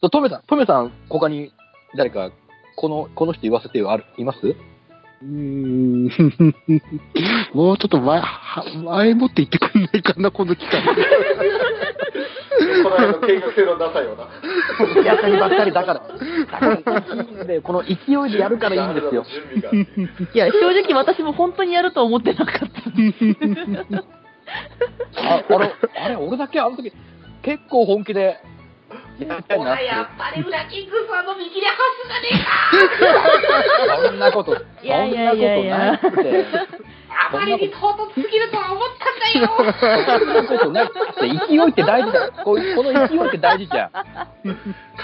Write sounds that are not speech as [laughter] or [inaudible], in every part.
そうトメさん、トメさん、他に誰か、この、この人言わせてよ、ある、いますうーんもうちょっと前、は前もって言ってくんないかな、この機会。 [laughs] この間の計画性のなさような。やったりばっかりだから。 [laughs] だからいいんだよこの勢いでやるからいいんですよ。準備があって。いや、正直私も本当にやるとは思ってなかった。ああれ、あれ、俺だけあの時、結構本気で、やりたいなってやっぱり裏キングさんの見切り発すがねえかそんなこと、そんなこといやいやいやいやないって。あまりに唐突すぎるとは思ったんだよそんなことないって、勢いって大事だよ。こういうこの勢いって大事じゃ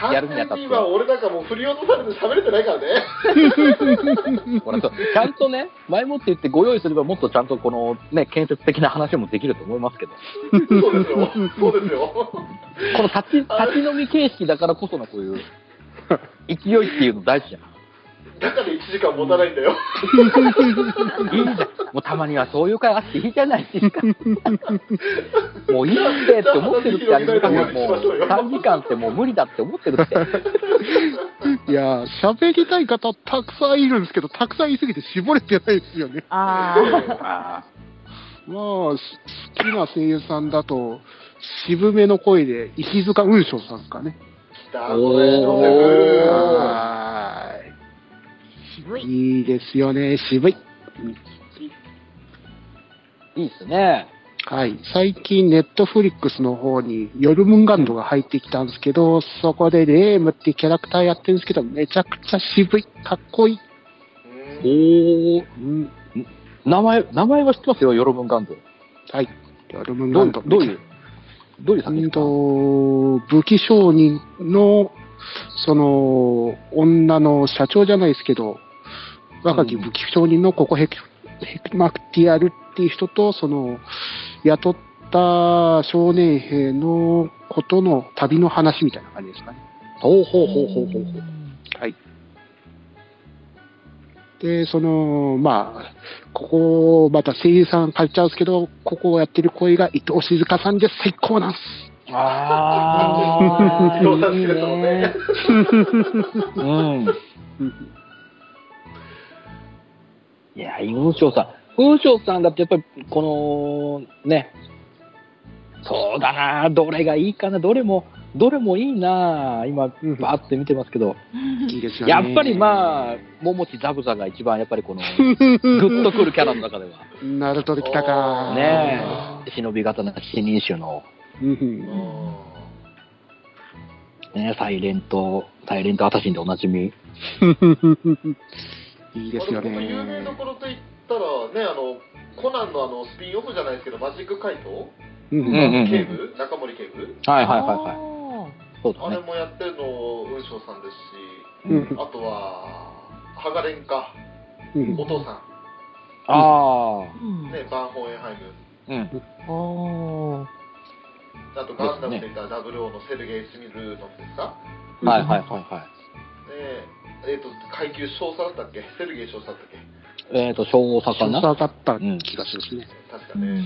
ん。やるにあたって完全に今、俺なんかもう振り落とされて喋れてないからね。ほらそうちゃんとね、前もって言ってご用意すれば、もっとちゃんとこの、ね、建設的な話もできると思いますけど、そうですよ。そうですよ。 [laughs] この立ち立ち飲み形式だからこそのこういう勢いっていうの大事じゃん。だから1時間持たないんだよ。いいじゃん。もうたまにはそういう会あっていいじゃないですか。 [laughs] もういいってって思ってるってありますけど、もう3時間ってもう無理だって思ってるって。いやー、喋りたい方たくさんいるんですけど、たくさんいすぎて絞れてないですよね。あああ。まあ、し好きな声優さんだと、渋めの声で、石塚雲章さんですかね。来た、これ。おうんは渋ーい。いいですよね、渋い。ーいいっすね。はい。最近、ネットフリックスの方に、ヨルムンガンドが入ってきたんですけど、そこでレームってキャラクターやってるんですけど、めちゃくちゃ渋い。かっこいい。おー、うん。名前、名前は知ってますよ、ヨロブンガンド。はい。ヨルムンどうガいンうド。、どういう、どういうう作品でんすかと、武器商人の、その、女の社長じゃないですけど、若き武器商人のココヘクヘクマクティアルっていう人と、その、雇った少年兵のことの旅の話みたいな感じですかね。ほうほうほうほうほうほう。はい。で、その、まあ、ここ、また声優さん変えちゃうんですけど、ここをやってる声が伊藤静香さんで最高なんす。あ伊藤さん好きですもんね。うん。いや、雲翔さん。雲翔さんだってやっぱり、この、ね、そうだな、どれがいいかな、どれも、どれもいいな、今、うんバーって見てますけど、いいですよね。やっぱり [laughs] まあ、桃地ザブザが一番、やっぱりこの、グッとくるキャラの中では、ナルトできたか。ねえ、忍び刀七人衆の、うんね、サイレント、サイレントアタシンでおなじみ、うん。いいですよまあも有名ねど。ころといったら、ね、あの、コナンのあのスピンオフじゃないですけど、マジック怪盗ううんうんん。うん警部中森警部はいはいはいはい。はそうだあれね。もやってるの、雲翔さんでうすし、んあとは、ハガレンか、うんお父さああ。ん、ね、バンホーエンハイム、うん。おーあとガンダムでいたら00のセルゲイ・スミルノフですか、はいはいはいはい。ねええーと階級少佐だったっけセルゲイ少佐だったっけえっ、と、小佐か少な佐だった気がするですね。確かうね、んもう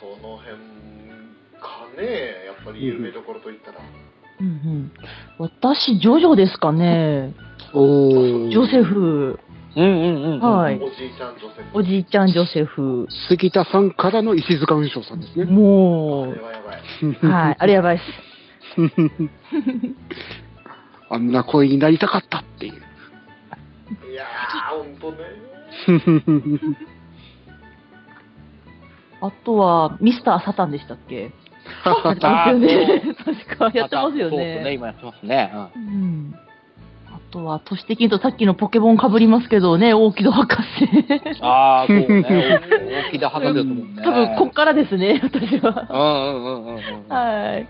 その辺かねやっぱり有名どころといったら、うんうん私、ジョジョですかね。おジョセフ。うんうんうんうん。はいおじいちゃん女性おじいちゃん、ジョセフ。杉田さんからの石塚雲章さんですね。こも、れはやばいうはい。あれやばいっす。あんな声になりたかったっていう。いやー本当ねあとは、ミスター・サタンでしたっけああーれですよね。確か、やってますよそうですね、ね。今やってますね。うんうん。あとは、都市的に言うとさっきのポケモンかぶりますけどね、大木戸博士。ああ、こう [laughs] ね、大きな博士ですもんね。多分、こっからですね、私は。うんうんうんうんうん。あはい。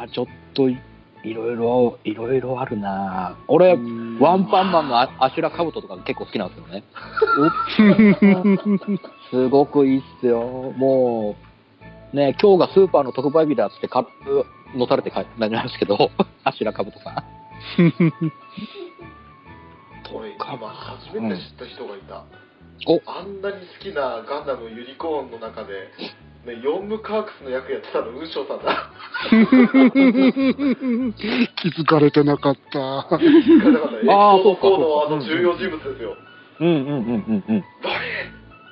あー、ちょっとい、いろいろ、いろいろあるな俺、ワンパンマンのアアシュラカブトとか結構好きなんですよね。すごくいいっすよ。もう、ね、今日がスーパーの特売日だっつってカップ乗されて帰 [laughs] なりますけど、アシュラカブトさん。俺今初めて知った人がいた、おあんなに好きなガンダムユニコーンの中でね、ヨンムカークスの役やってたの、ウーショウさんだ。気づかれてなかった。だから、エピあーソーそドうかそう4のあかの重要人物ですよ。うんうんうんうんうん。どれ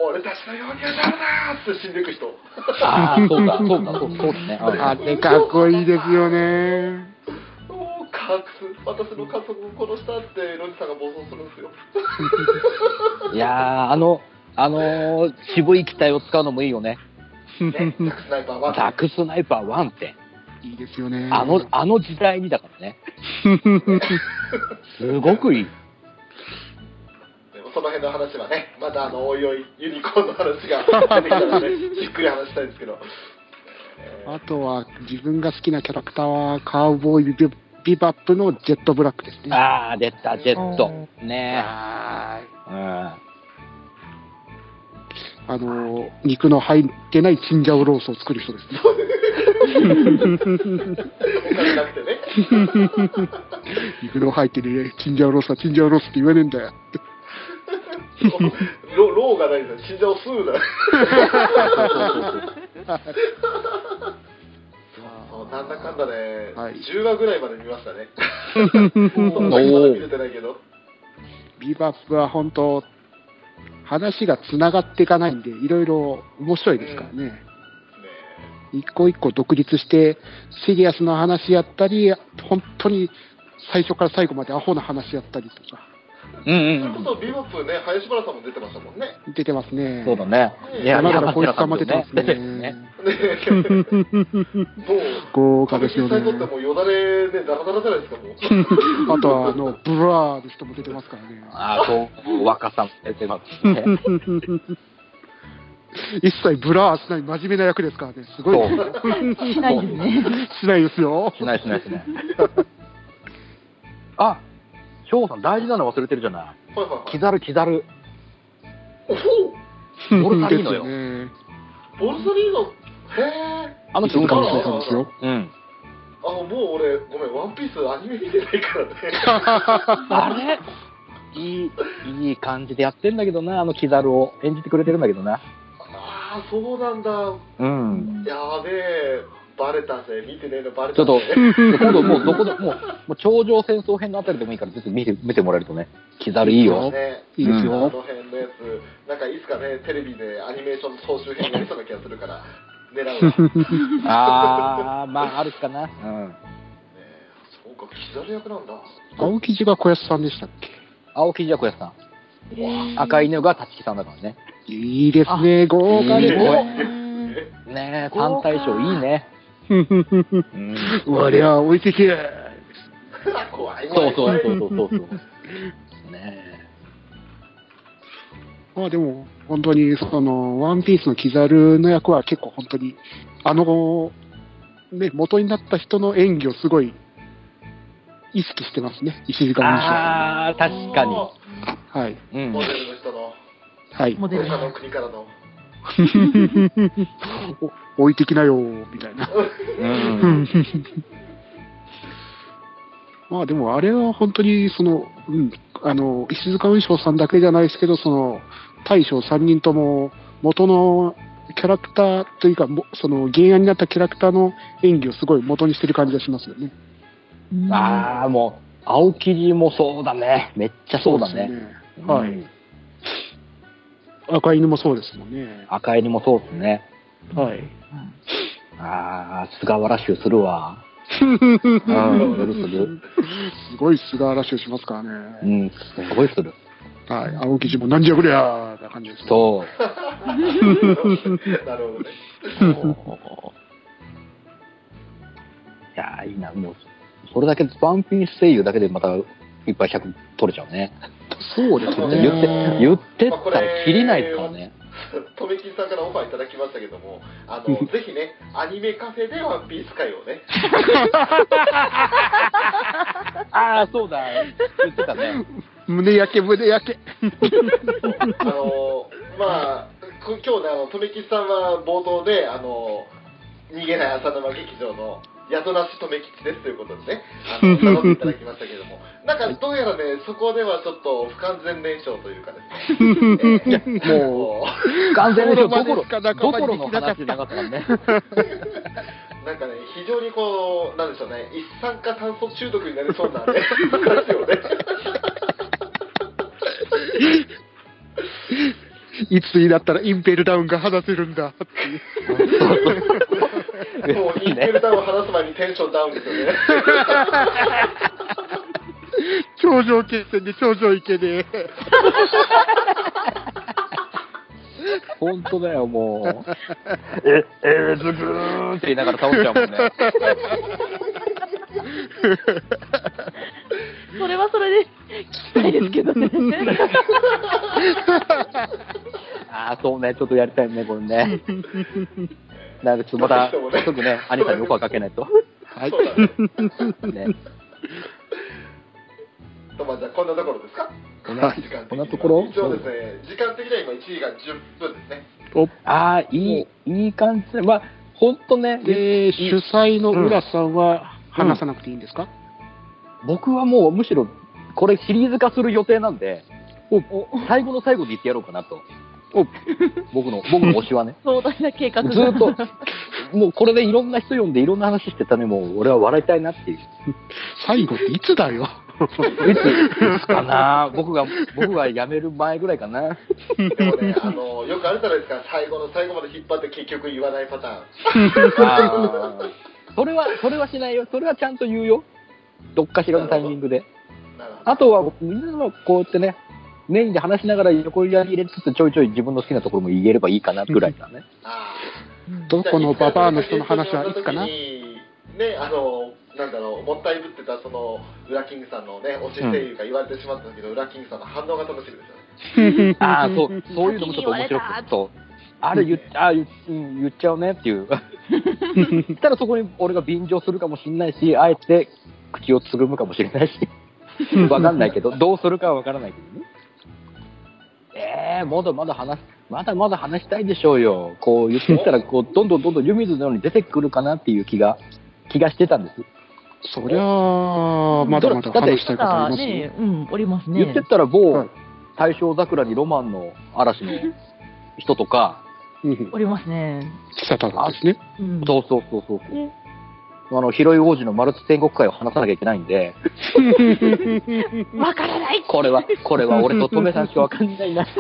俺たちのようにはなるなーって死んでいく人。ああ、そうか、そうか、そうそうですね。ああれかっこいいですよね。おーカークス、私の家族を殺したって、ロニさんが暴走するんですよ。いやー、あの、あのー渋い機体を使うのもいいよね。ね、ザックスナイパーは。ザクスナイパー1って。いいですよね。あの、あの時代にだからね。すごくいい。でもその辺の話はね、またあのおいおいユニコーンの話 [laughs] が出てきたらね、じっくり話したいんですけど、あとは自分が好きなキャラクターはカウボーイビビバップのジェットブラックですね。ああ、出た、ジェット。ねはーいえ。うん。あの肉の入ってないチンジャオロースを作る人ですね。お金なくてね、 [laughs] 肉の入ってるチンジャオロースはチンジャオロースって言わねえんだよ。ロローがないんだよ、死んじゃうすぐだよ。そうなんだかんだね、はい10話ぐらいまで見 [laughs] ましたね。そおんなにまだ見ーれてないけど、ビバップは本当話がつながっていかないんでいろいろ面白いですからね。ね一個一個独立してシリアスな話やったり本当に最初から最後までアホな話やったりとかうんそれうこんそビバップね、林原さんも出てましたもんね。出てますねそうだね。いや、山山田田浩一ささんんもも出出ててますすね。まねねもう、豪華歌で舞す伎よね最高ってもうよだれね、ダラダラじゃないですか、もう。あとはあのブラーの人も出てますからねああ、そう、若さも出てますね。一切ブラーしない真面目な役ですからねすごいそですう。しないですね。しないですよしないしないしない。あ、翔さん大事なの忘れてるじゃない。はいはいはいキザルキザル。おほうボルサリーノよですねボルサリーノ、へえ。あの人静かのにし人てたんですようん。あ、もう俺、ごめん、ワンピースアニメ見てないからね。あれいい、いい感じでやってんだけどな、あのキザルを演じてくれてるんだけどな。ああ、そうなんだ。うん。やべえ、バレたぜ、見てねえのバレちょたっと [laughs] ぜ。、今度もうどこでもう、もう頂上戦争編のあたりでもいいから、ぜひ見て、見てもらえるとね、キザルいいよ。ね、いいですあのよ、辺のやつ、なんかいつかね、テレビでアニメーションの総集編やりそうな気がするから、狙うわ。ねあー、まあ、あるかな。うん。えそうか、キザル役なんだ。青木地が小安さんでしたっけ青木じゃこやさん。赤犬が立木さんだからね。いいですね豪華いいねですこねれ。ねえ、三大将いいね。うん。我は置いてけ怖い怖そいうそ怖ういそうそうそうそう。ねまあでも、本当に、その、ワンピースのキザルの役は結構本当に、あの、ね、元になった人の演技をすごい、意識してますね。石え。塚文章。ああ、確かに。はい。うんモ。デルの人の、はい。 [laughs] モデル他の国からの。お置いてきなよ、みたいな。 [laughs] うん。まあでも、あれは本当に、その、うん、あの、石塚文章さんだけじゃないですけど、その、大将3人とも、元のキャラクターというか、もその、原案になったキャラクターの演技をすごい元にしてる感じがしますよね。ああ、もう、青霧もそうだね。めっちゃそうだですね。よはい、うん赤犬もそうですもんね。赤襟もそうですね。はい。ああ、菅原衆するわ。うん、するする。すごい菅原氏をしますからうね。ん、すごいする。はい。青木氏もなんじゃこりゃーな感じです、ね。そう。 [laughs] なるほどね。いやーいいな、もう、それだけ、ワンピース声優だけでまた、いっぱい100取れちゃうね。そうです言そうっねて、ね。言ってったら切りないですからね。とめきんさんからオファーいただきましたけども、あのぜひね、アニメカフェでワンピース会を [laughs] ね、ああ、そうだ。言ってたね。胸焼け、胸焼け。 [laughs] あのまあ、こ今日ね、あのとめきんさんは冒頭で、あの逃げない浅沼劇場の宿なしとめきちですということでね、[laughs] あの頼んでいただきましたけれども、なんかどうやらね、そこではちょっと不完全燃焼というかですね、えーも完全にどころそこまでどしかこ仲間ろにでのきなか話ったじゃなかったからね。なんかね、非常にこう、なんでしょうね、一酸化炭素中毒になりそうなんで、話をね、いつになったらインペルダウンが話せるんだっていう。もうインテルダウンを話す前にテンションダウンですよね。頂上決戦で頂上行けねえ。本当だよ、もう。え、え、ズグーンって言いながら倒しちゃうもんね。 [laughs] それはそれで聞きたいですけど [laughs] ね。ああ、そうね、ちょっとやりたいね、これね。 [laughs] なんかちょっとまた、すぐね、アニさんにオファーかけないと。はい。そうだね。ね。とまあじゃあこんなところですか。こんはない時間的こにはんなところ一応ですね、時間的には今1時間10分ですね。おああ、いい、いい感じで、まあ、ほんとね、で、主催の浦さんは話さなくていいんですか、僕はもうむしろ、これシリーズ化する予定なんで、最後の最後で言ってやろうかなと。僕の、僕の推しはね。壮大な計画ずが。ーっと、もうこれでいろんな人呼んでいろんな話してたね、もう俺は笑いたいなっていう。最後っていつだ [laughs] よ。いつ、いつかな僕が、僕が辞める前ぐらいかな。でもね、あのよくあるじゃないですか、最後の最後まで引っ張って結局言わないパターン。あーそれは、それはしないよ。それはちゃんと言うよ。どっかしらのタイミングで。なるほどあとは、みんなはこうやってね、メインで話しながら横やり入れつつちょいちょい自分の好きなところも言えればいいかなぐらいだね。あどーこのババアの人の話はいつかなね、あのなんだろう、もったいぶってたそのウラキングさんのね、推し声優が言われてしまったんだけど、ウラキングさんの反応が楽しみですよね。ああ、そう、そういうのもちょっと面白先に言わくれたて、そう。あれ言っあー言っうん言っちゃうねっていう。したらそこに俺が便乗するかもしれないし、あえて口をつぐむかもしれないし、わかんないけど、どうするかはわからないけどね。ええー、まだまだ話す、まだまだ話したいでしょうよ。こう言っていったら、こう、どんどんどんどん湯水のように出てくるかなっていう気が、気がしてたんです。そりゃあ、まだまだ話したいことありますね。ね、うん、おります言っねてっ。たら某、はい大正桜にロマンの嵐の人とか、うんおりますね。北太郎ですね。うん。そうそうそうそうそう。ねあの、広い王子のマルチ戦国会を話さなきゃいけないんで、わからないこれは、これは俺とトメさんしかわかんない [laughs] な。家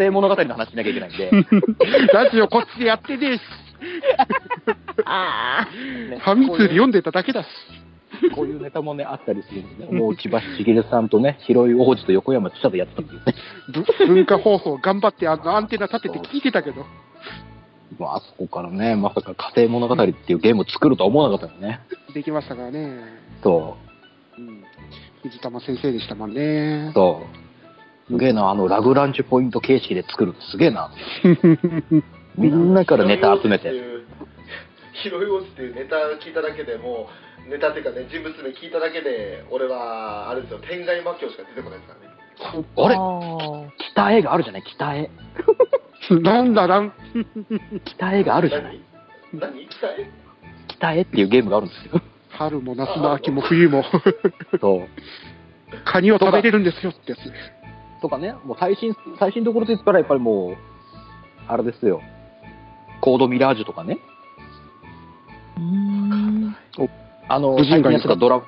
庭物語の話しなきゃいけないんで、 [laughs] ラジオこっちでやってねえし、あね [laughs] ファミ通で読んでただけだし。こういうネタもね、あったりするんですね。もう千葉茂さんとね、広い王子と横山記者でやってたんですね。ぶ文化放送頑張ってあのアンテナ立てて聞いてたけど。まあ、あそこからね、まさか家庭物語っていうゲームを作るとは思わなかったよね。できましたからね。そうん水玉先生でしたもんね [laughs] う、。そう。すげえな、あの、ラグランジュポイント形式で作るのすげえな。みんなからネタ集めて。 [laughs] 拾い落ちっていうネタ聞いただけでもうネタっていうかね人物名聞いただけで俺はあれですよ天外魔境しか出てこないですからねあれあ。北絵があるじゃない北絵。なんだなん。北絵があるじゃない何何期待北絵っていうゲームがあるんですよ。春も夏も秋も [laughs] 冬も、そう。カニを食べれるんですよってやつ。 [laughs] とかね、もう最新、最新どころと言ったらやっぱりもう、あれですよ。コードミラージュとかね。うーん。あの、無人最近街やでっすてかたドラ、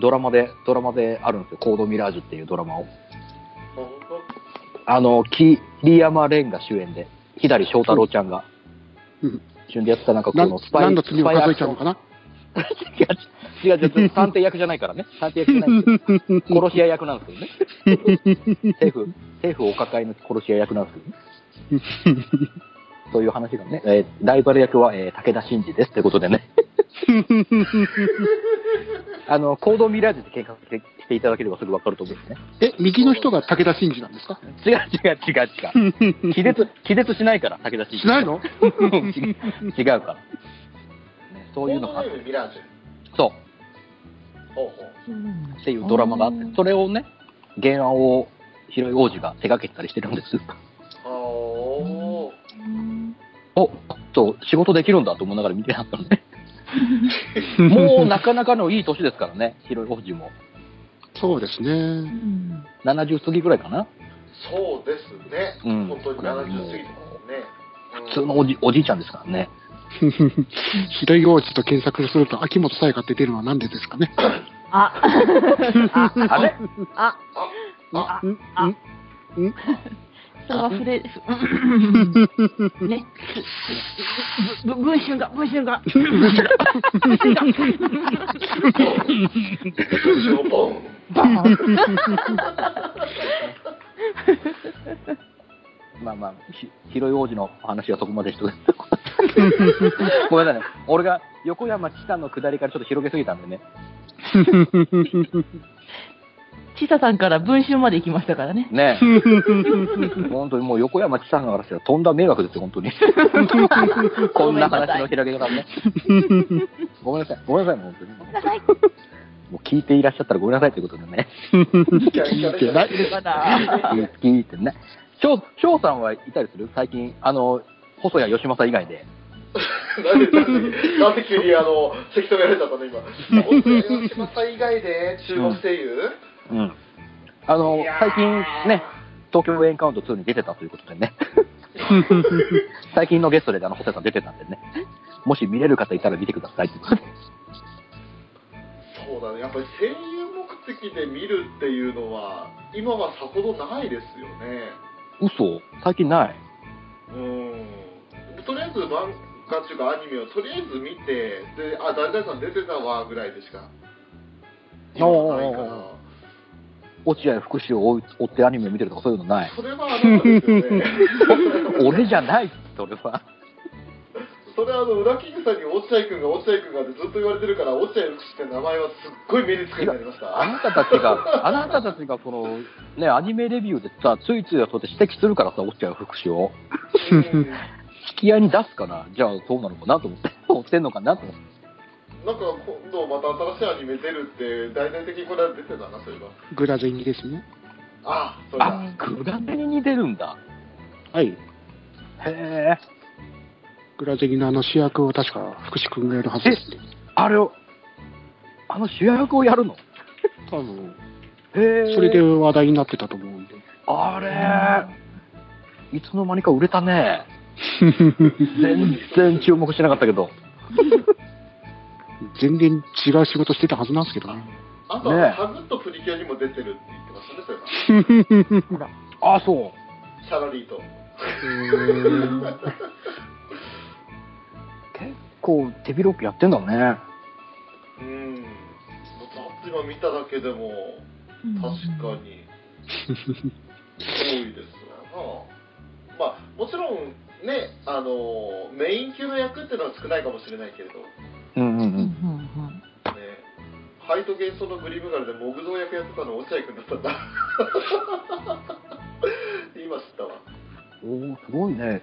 ドラマで、ドラマであるんですよ。コードミラージュっていうドラマを。あの、桐山蓮が主演で、左翔太郎ちゃんがうん、主演でやってたなんかこなのスパイ、何の罪スをパイア数えクちシゃョうンのかな違う違う [laughs] 違う、探偵役じゃないからね。探偵役じゃないんですよ。殺し屋役なんです [laughs] けどね。政府、政府お抱えの殺し屋役なんですけどね。そういう話がね、えーライバル役は、えー武田真治ですということで [laughs] ね。あの、行動ミラージュで計画してしていただければすぐわかると思うんですね。え、右の人が武田真治なんで [laughs] すか違う違う違う違う。気絶、気絶しないから、武田真治。しないの違う [laughs] 違うから。ねそういうのがあコってードネームミラージュそう。ほうほうっていうドラマがあって、それをね、原案を広い王子が手掛けてたりしてるんです。ほお、ちょっと仕事できるんだと思いながら見てなかったので、もうなかなかのいい年ですからね、広い王子も。そうですうね。ん70過ぎぐらいかな。そうですね、うん本当に70過ぎてますね、うん普通のおじおじいちゃんですからね。ひどい王子と検索すると、秋元才加って出るのはなんでですかね。 [laughs] あ、あれあ、あんんあんそれは触 [laughs] れ、うんね、ぶぶ文春が、文春が、ジョボンバーンまあまあ、ひ広い王子のお話はそこまでしてくださいごめんなさいね。俺が横山知多の下りからちょっと広げすぎたんでね。 [laughs] ちささんから文春まで行きましたからね。ねえ。本当にもう横山知多の話はとんだ迷惑ですよ、本当に。こんな話の広げ方ね。ごめんなさい。ごめんなさい、もう本当に。ごめんなさい。もう聞いていらっしゃったらごめんなさいということでね。聞てないまだ。 [laughs] 聞いてね。翔翔さんはいたりする最近、あの、細谷義政以外で。なんでなんでなんで急にあのせき止められちゃったの今本当に吉本さん以外で中国声優、うん。あのいや、ー最近ね、東京エンカウント2に出てたということ [laughs] でね。最近のゲストであの、細谷さん出てたんでね。もし見れる方いたら見てくださいってことで。そうだねやっぱり声優目的で見るっていうのは今はさほどないですよね嘘最近ない。うんとりあえず漫画っていうかアニメをとりあえず見てであ誰々さん出てたわぐらいでしか今はないかおーおーら落合福士を追う追ってアニメ見てるとかそういうのない。それはあなたですよね俺じゃないそれは。それはあの裏キングさんに落合君が落合君がってずっと言われてるから落合福士って名前はすっごい目につくようになりま [laughs] したあなたたちが、あなたたちがこの、ね、アニメレビューでさ、ついついはそうやって指摘するからさ、落合福士を。うん引き合いに出すから、じゃあそうなのかなと思って、追ってんのかなと思って。なんか今度また新しいアニメ出るって大々的にこれは出てたなそういえばグラゼニですね。ああそれだあ、グラデニに出るんだ。はい。へえ。グラゼニのあの主役を確か福士君がやるはずですね。あれを、あの主役をやるの多分、へえ。それで話題になってたと思うんで。あれ、いつの間にか売れたね。全然注目してなかったけど。全然違う仕事してたはずなんですけどね。あとねえはハグとプリキュアにも出てるって言ってましたねそういえばあ、そう。シャラリーと結構手広くやってんだね。うんだって今見ただけでも確かに多いですわなまあもちろんねあのメイン級の役っていうのは少ないかもしれないけれどうんうう。うんんうんんねハイト幻想のグリムガルで木造役やってたの落合君だったんだ [laughs] 今知ったわおおすごいね。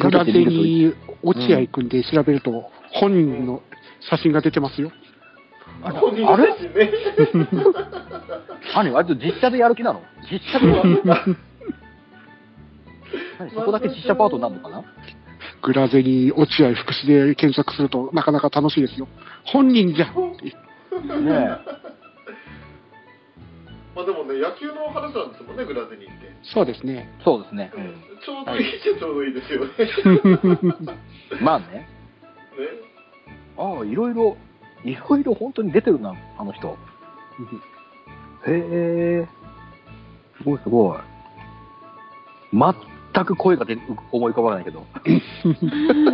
グラゼといい、ニ落合君で調べると、本人の写真が出てますよ。あれ本人の写真ね何割と実写でやる気なの実写でやる何そこだけ実写パートになるのかなグラゼニ落合福士で検索すると、なかなか楽しいですよ。本人じゃんってね [laughs] まあでもね野球の話なんですもんねグラゼニーって、そうですね。えそうですね、ちょうどいいっちゃちょうどいいですよね [laughs] うんまあねねああいろいろいろいろ本当に出てるなあの人へえすごいすごい全く声が出思い浮かばないけど [laughs]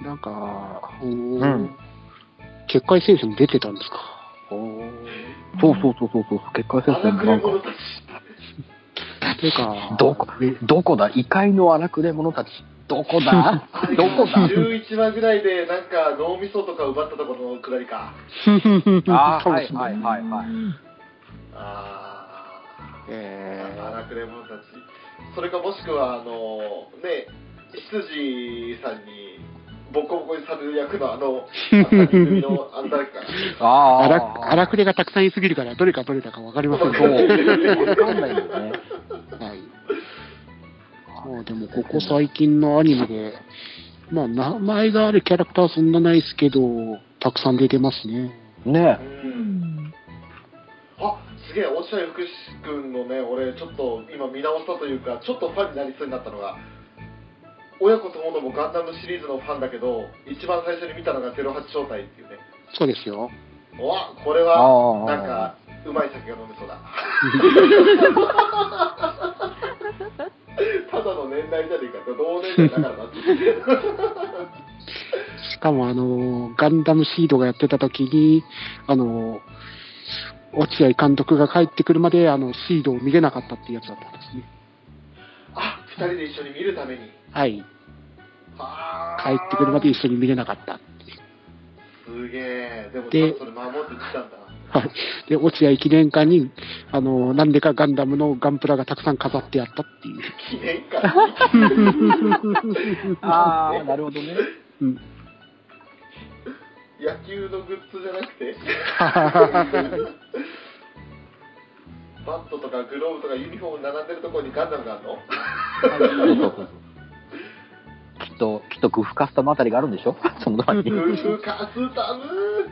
なんか、ん結界選手に出てたんですか。そうそうそうそうそう結界戦荒線くなれんか者たちてか、どこねどこだ異界の荒くれ者たちどこだ [laughs] ど [laughs] こだ11話ぐらいでなんか脳みそとか奪ったところのくだりか [laughs] ああかもはしいれないはいはいはいあーえ荒くれ者たちそれかもしくはあのね執事さんにボコボコにされる役のあの三人組のあんただっけかーあ荒あ荒くれがたくさんいすぎるから、どれかどれだかわかりませんけそど、う。はわかんないんだよね。い、そうでもここ最近のアニメで、まあ、名前があるキャラクターはそんなないですけど、たくさん出てますね。ねううんんあすげえ落合福士君のね俺ちょっと今見直したというかちょっとファンになりそうになったのが親子ともどもガンダムシリーズのファンだけど一番最初に見たのが「08招待」っていうねそうですよ。おわこれあはあなんかうまい酒が飲めそう [laughs] だただの年代じゃねえかって同年代だからなってしかも、あの、ガンダムシードがやってた時に、あの、落合監督が帰ってくるまで、あの、シードを見れなかったっていうやつだったんですね。あ二人で一緒に見るためにはい。は帰あってくるまで一緒に見れなかった。すげえでもちでゃんとそれ守ってきたんだなはい。で、落合記念館に、あの、なんでかガンダムのガンプラがたくさん飾ってあったって [laughs] いう。記念館 [laughs] ああなるほどねうん。野球のグッズじゃなくて [laughs] バットとかグローブとかユニフォーム並んでるところにガンダムがある [laughs] のそうそうそうきっときっとグフカスタムあたりがあるんでしょ [laughs] その前にグーカスタ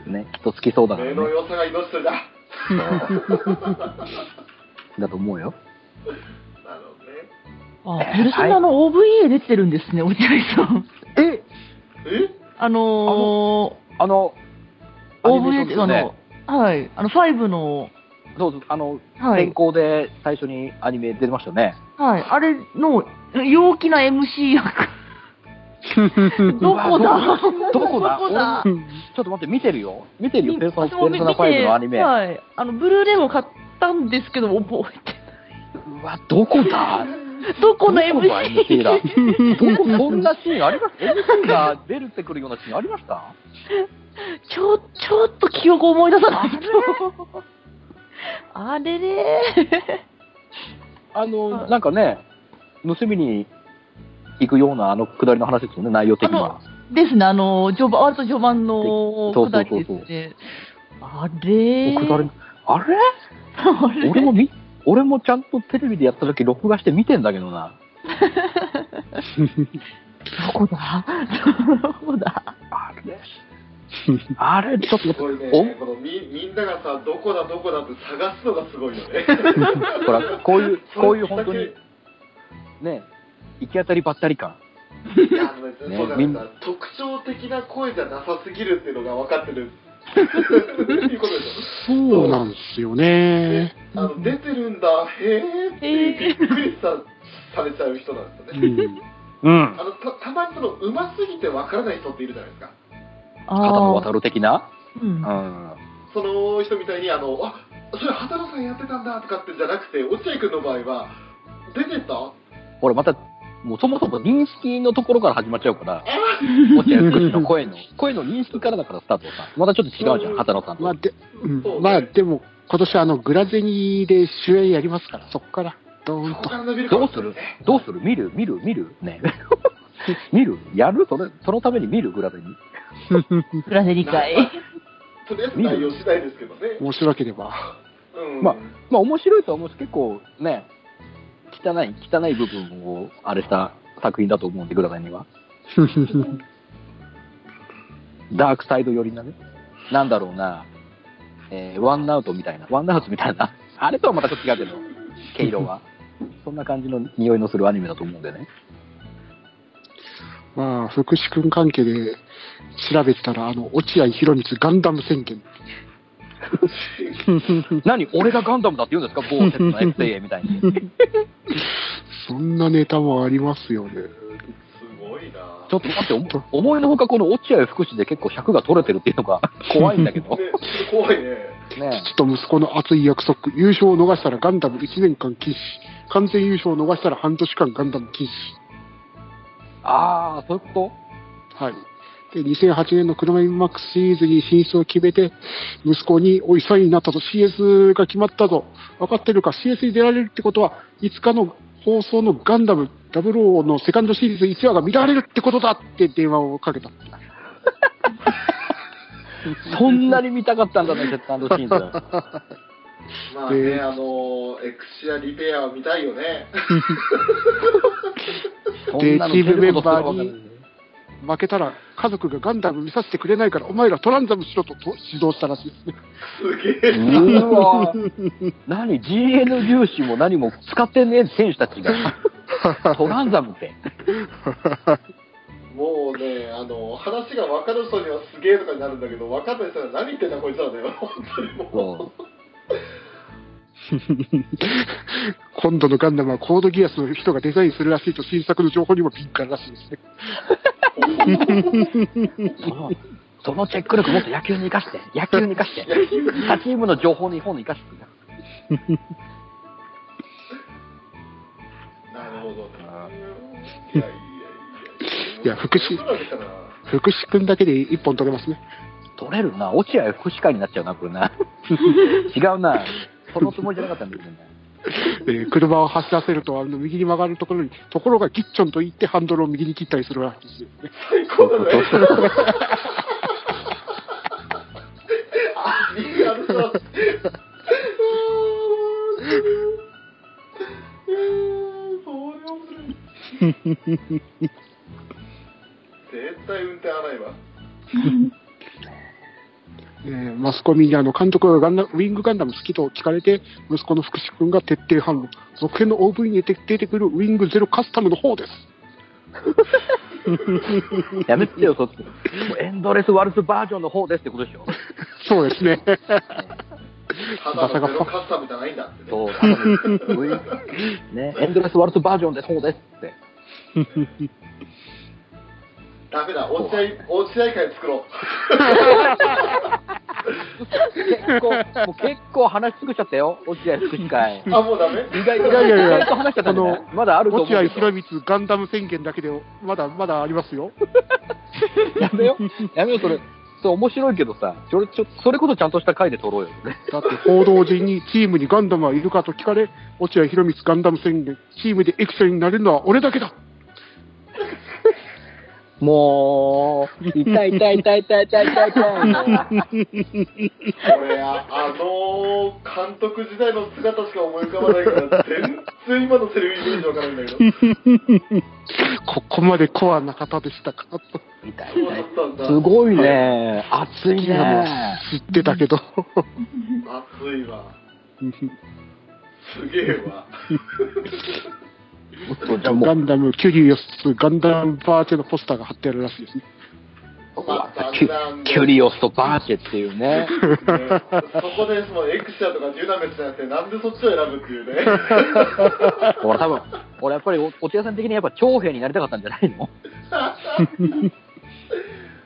ムねきっと好きそうだから、目ね、の良さが命取りだだと思うよなるほどねあ、ペルソナの OVA 出てるんですね、落合さん。ええあのあのー、アニメ OVA ーっシてョいうかンですねあの、はい、あの、5の、そうそうあのは先い、行で最初にアニメ出てましたよねはい、あれの、陽気な MC 役。どどこだこだどこだ俺もちょっと待って見てるよ見てるよペルソナ私も見ペルソナて5のアニメ、はい、あの、ブルーレイも買ったんですけど、覚えてうわどこだない。どこの MC? だ MC だどこそんなシーンあります MC が出るってくるようなシーンありましたちょ、ちょっと記憶思い出さないと。あれれあはのいなんかね盗みに行くようなあのくだりの話ですよね内容的にはですね、あの、序盤、割と序盤のそうそうそうそうくだりですね。あれおくだりあれあれ俺もみ俺もちゃんとテレビでやった時録画して見てんだけどなどこだどこだあれあれちょっすとごいねおこのみみんながさどこだどこだって探すのがすごいよねほら [laughs] こう [laughs] いうこういう本当にね行き当たりばったり感いやあのねそうじゃなみいんさ特徴的な声じゃなさすぎるっていうのが分かって [laughs] るいうことでしょそうなんですよね。あの出てるんだ、へえっていうびっくりさされちゃう人なんですうよね。んうんあのたたまにそのうますぎてわからない人っているじゃないですか。肩あのあ渡る的なうんうんその人みたいにあのあそれ畑野さんやってたんだとかってじゃなくて落合君の場合は出てたあほらまたもうそもそも認識のところから始まっちゃうから落合君の声の声の認識からだからスタートさまたちょっと違うじゃん畑野さんとまあで、うんそうねまあでも、今年はあの、グラゼニーで主演やりますから、そこから、ドーン。そことから伸びるかどもうしすれないるね。どうする見る見る見るね [laughs] 見るやるそれそのために見るグラデにグラセリ会なんかとりあえず内容次第ですけどね。面白ければ。 [laughs] うん、まあまあ面白いとは思うし結構ね汚い汚い部分をあれした作品だと思うんでグラデにはダークサイド寄りなねなんだろうな、えーワンアウトみたいなワンアウトみたいな [laughs] あれとはまたちょっと違うけど毛色はそんな感じの匂いのするアニメだと思うんでねまあ、福士君関係で調べてたら、あの、落合博満ガンダム宣言。何俺がガンダムだ [laughs] って言うんですかボーテッの FA みたいにちそんなネタもありますよね。すごいな。ょっと待っておも [laughs] 思いのほかこの落合福祉で結構尺が取れてるっていうのが怖いんだけどね、怖いね。ね父と息子の熱い約束。優勝を逃したらガンダム1年間禁止。完全優勝を逃したら半年間ガンダム禁止。ああそういうこはい。で、2008年のクロマイマックスシリーズに進出を決めて、息子に、おい、3位になったと CS が決まったぞ。分かってるか ?CS に出られるってことは、5日の放送のガンダム00のセカンドシリーズ1話が見られるってことだって電話をかけた。とそんなに見たかったんだねセットアンドシーンズまあね、であのエクシアリペアは見たいよね。 [laughs] そんなのでチームメン出るバーに [laughs] ことすらわかんない負けたら家族がガンダム見させてくれないからお前らトランザムしろとと指導したらしい [laughs] ですね。すげえ。うわ何 ?GN 粒子も何も使ってねえ選手たちが。トランザムって。もうね、あの、話が分かる人にはすげえとかになるんだけど、分かんない人には何言ってんだこいつらだよ。 [laughs] 本当にもう。今度のガンダムはコードギアスの人がデザインするらしいと新作の情報にも敏感らしいですね。そのそのチェック力もっと野球に生かして、野球に生かして、他チームの情報に日本に生かして。なるほどね。あいやいやいや。いや福祉そういうわけかな福士君だけで一本取れま [laughs] すね。取れるな、落合福祉会になっちゃうな、これ [laughs] な。違うな、そのつもりじゃなかったんだけどね。えー車を走らせると、あの右に曲がるところに、ところがギッチョンと言ってハンドルを右に切ったりするわけですよ。最高だね。あ、リングある [laughs] そう。絶対運転荒いわ。えーマスコミにあの監督がガンダウィングガンダム好きと聞かれて、息子の福士君が徹底反論。続編の OV に出てくるウィングゼロカスタムの方です。やめてよ、そっち。もうエンドレスワルツバージョンの方ですってことでしょ。そうですね。ただのゼロカスタムじゃないんだってね。そう、あのウィね、エンドレスワルツバージョンです、そうですって。ダメだ、落ち合い、落ち合い会作ろ結構、もう結構話し尽くしちゃったよ、落合福祉会。う。あ、もうダメ意外と、いやいやいや意外と話しちゃったんじゃないあの [laughs] まだあると落思うけど。合博満ガンダム宣言だけで、まだまだありますよ。やめよう、やめよう、それ。そう、面白いけどさ、それ、ちょ、それこそちゃんとした回で撮ろうよ。だって報道陣にチームにガンダムはいるかと聞かれ、落合博満ガンダム宣言、チームでエクセルになれるのは俺だけだ。もう、痛い痛い痛い痛い痛い痛い痛い。俺あ、あの監督時代の姿しか思い浮かばないから、全然今のセリフイメージわからないんだけど、ここまでコアな方でしたかと。痛い痛そうだったんだ。すごいね。熱いね。知ってたけど。熱いわ。すげえわ。そうじゃあもガう、ンダム、キュリオス、ガンダムバーチェのポスターが貼ってあるらしいですね。キュキュリオスとバーチェっていうね。ねそこでそのエクシアとかジュナメスじゃなくて、なんでそっちを選ぶっていうね。俺多分、俺やっぱりお、お茶屋さん的にやっぱ長兵になりたかったんじゃない [laughs] の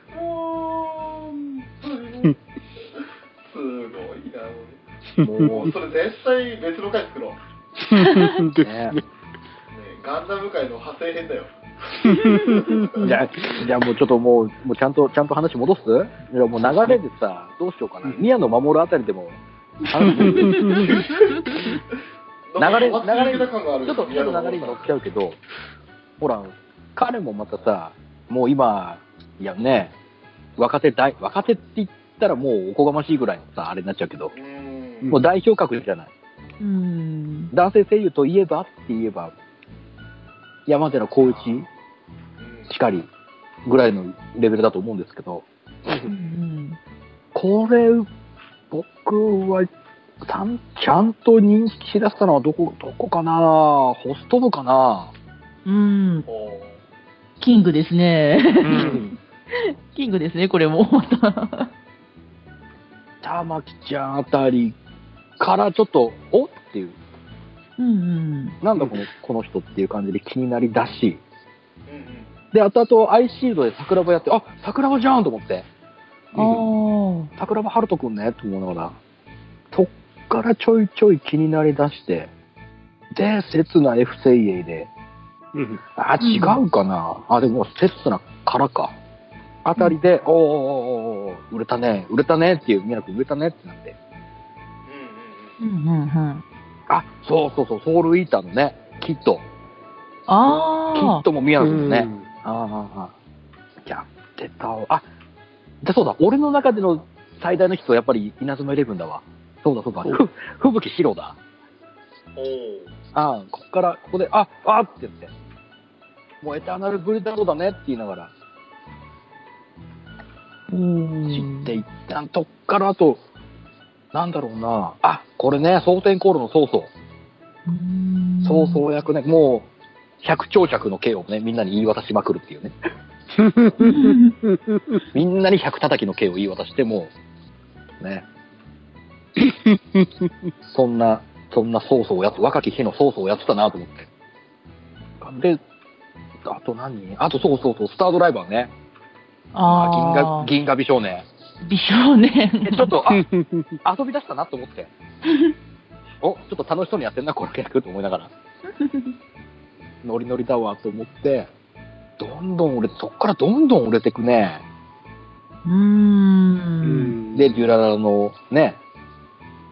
もう、すごいな。ももうそれ絶対別の回作ろう。ねですねね。ガンダム界の派生編だよ。う、じゃあ、 [laughs] じゃあもうちょっともう、もうちゃんと、ちゃんと話戻すいやもう流れでさ、どうしようかな。宮野守るあたりで [laughs] も、話す流なんかれ、お流祭れ、ちり的な感があるょっと、ちょっと流れに乗っちゃうけど、ほら、彼もまたさ、もう今、いやね、若手大、若手って言ったらもうおこがましいぐらいのさ、あれになっちゃうけど、うんもう代表格じゃない。うん。男性声優といえばって言えば、山寺宏一しかりぐらいのレベルだと思うんですけど、うん。これ、僕は、ちゃんちゃんと認識しだしたのはどこ、どこかなホスト部かなうん。おーキングですね。 [laughs] うんキングですね、これも。また。玉木ちゃんあたりからちょっと、おっていう、うんうん。なんだこのこの人っていう感じで気になりだし、うんうんで、後々アイシールドで桜庭やって、あ桜庭じゃんと思って、ああ。桜庭春人くんねと思いながら、そっからちょいちょい気になりだして、で、刹那 F セイエイで、うんあ、違うかな、あ、でも、刹那からか、あたりで、おーおーおーおー売れたね、売れたねっていう、宮野君売れたねってなって、うんうんうん。あ、そうそうそう、ソウルイーターのね、キット。キあッあ。トも宮野君うね。んああああ、やってたわ。あ、でそうだ、俺の中での最大のヒットはやっぱり稲妻イレブンだわ。そうだそうだ、ふ吹雪ヒロだ。おーああ、こっから、ここで、ああって言って、もうエターナルブリザードだねって言いながら、知って一旦とっからあとなんだろうなあこれね蒼天航路の曹操曹操役ねもう百長尺の刑をねみんなに言い渡しまくるっていうねみんなに百叩きの刑を言い渡してもうねそんなそんな曹操をやつ若き日の曹操をやってたなと思ってであと何あとそうそうそうスタードライバーね銀河ああ。銀河美少年美少年。ちょっとあ遊び出したなと思って。おちょっと楽しそうにやってんな、この役と思いながら。ノリノリだわと思って、どんどん売れて、そっからどんどん売れてくね。うーん。で、デュララのね、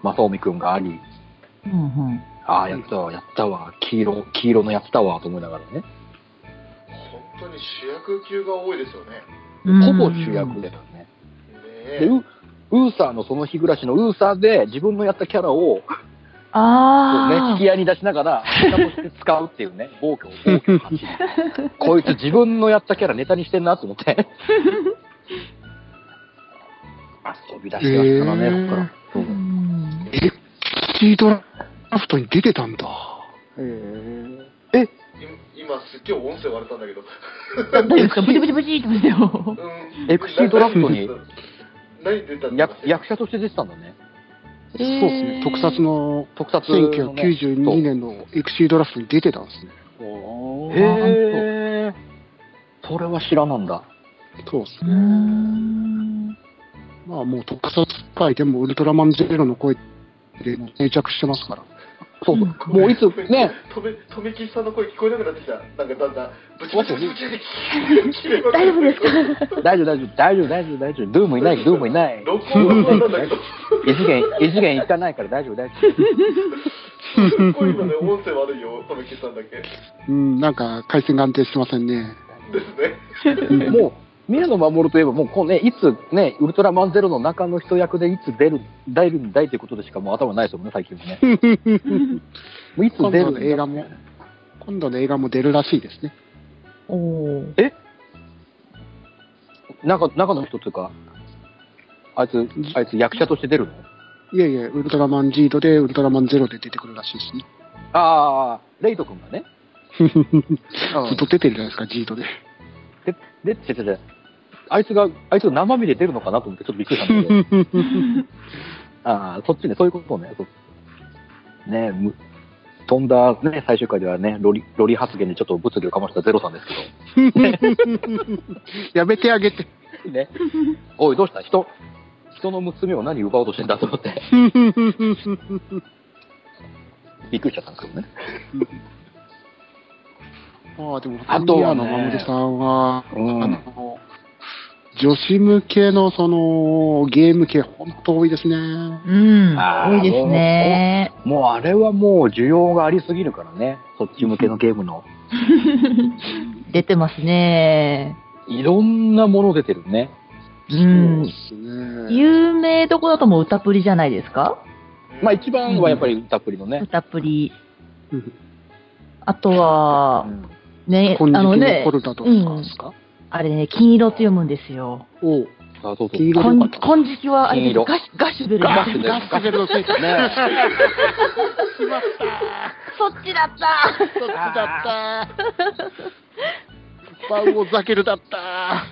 正臣くんがあり、うんうんああ、やったわ、やったわ、黄色、黄色のやったわと思いながらね。本当に主役級が多いですよね。うんほぼ主役だよね。ねで、ウウーサーのその日暮らしのウーサーで自分のやったキャラを、そうね、あ引き合いに出しながら、ネタとして使うっていう [laughs] ね、暴挙を、暴挙を発信。こいつ自分のやったキャラネタにしてんなと思って。 [laughs] 飛び出してましたからへね、ーこっから。あそううんエッジドラフトに出てたんだ。い今すっげえ音声割れたんだけど。大丈夫ですかブチブチブチってますよ。うんエクシードラフトに。何出たんだっ役け役者として出てたんだね。そうそうですね。特撮。の特撮のね1992年のエクシードラフトに出てたんですね。そうへえ。それは知らなんだ。そうですうーね。ん。まあもう特撮界でもウルトラマンゼロの声で定着してますから。そうそう。もういつね、とめ、とめきさんの声聞こえなくなってきた。なんかだんだん、ぶちぶちぶちぶちぶち切れまく大る丈夫ですか大丈夫、大丈夫、大丈夫、大丈夫、大丈夫。ドゥームいない、ドゥームいない。録音はなんだけど、異次元、異次元行かないから大丈夫、大丈夫。すっごい今ね、音声悪いよ、とめきさんだけ。でうん、なんか回線が安定してません [laughs] ね。すね。もう、宮野真守といえば、もうこう、ね、いつ、ね、ウルトラマンゼロの中の人役でいつ出る、出るんだいということでしかもう頭ないですよね、最近もね。もういつ今出る度んのだ映画も、今度の映画も出るらしいですね。おお。中中の人というか、あいつ、あいつ役者として出るのいやいや、ウルトラマンジードでウルトラマンゼロで出てくるらしいですね。ああ、レイト君がね。ずっと出てるじゃないですか、ジードで。で、違う違う違うあいつが、あいつが生身で出るのかなと思ってちょっとびっくりしたんだけど。 [laughs] ああ、そっちね、そういうことね。そうねむ飛んだ、ね、最終回ではね、ロリ、ロリ発言でちょっと物議をかましたゼロさんですけど。 [laughs] やめてあげて。ね、おい、どうした人、人の娘を何奪おうとしてんだと思って、びっくりしちゃったんですけどね。ああ、でも、あとはねファミリアの守さんは、うんあの、女子向けの、その、ゲーム系、本当多いですね。うん。あ多ーいですね。もうあれはもう需要がありすぎるからね、そっち向けのゲームの。出てますね。いろんなもの出てるね。うんそうですね。有名どこだともう歌プリじゃないですかまあ一番はやっぱり歌っぷりのね。歌プリ。うんあとは、ね、あ金色ののねコ、ルダとかですか、あれね、金色って読むんですよ。おうあ、そうそう金。色こでんよかった。金色はあれ金です色ガシガシュベルガッシュベル。ガッシュベルのせいね。そっちだったそっちだった。バウオザケルだった。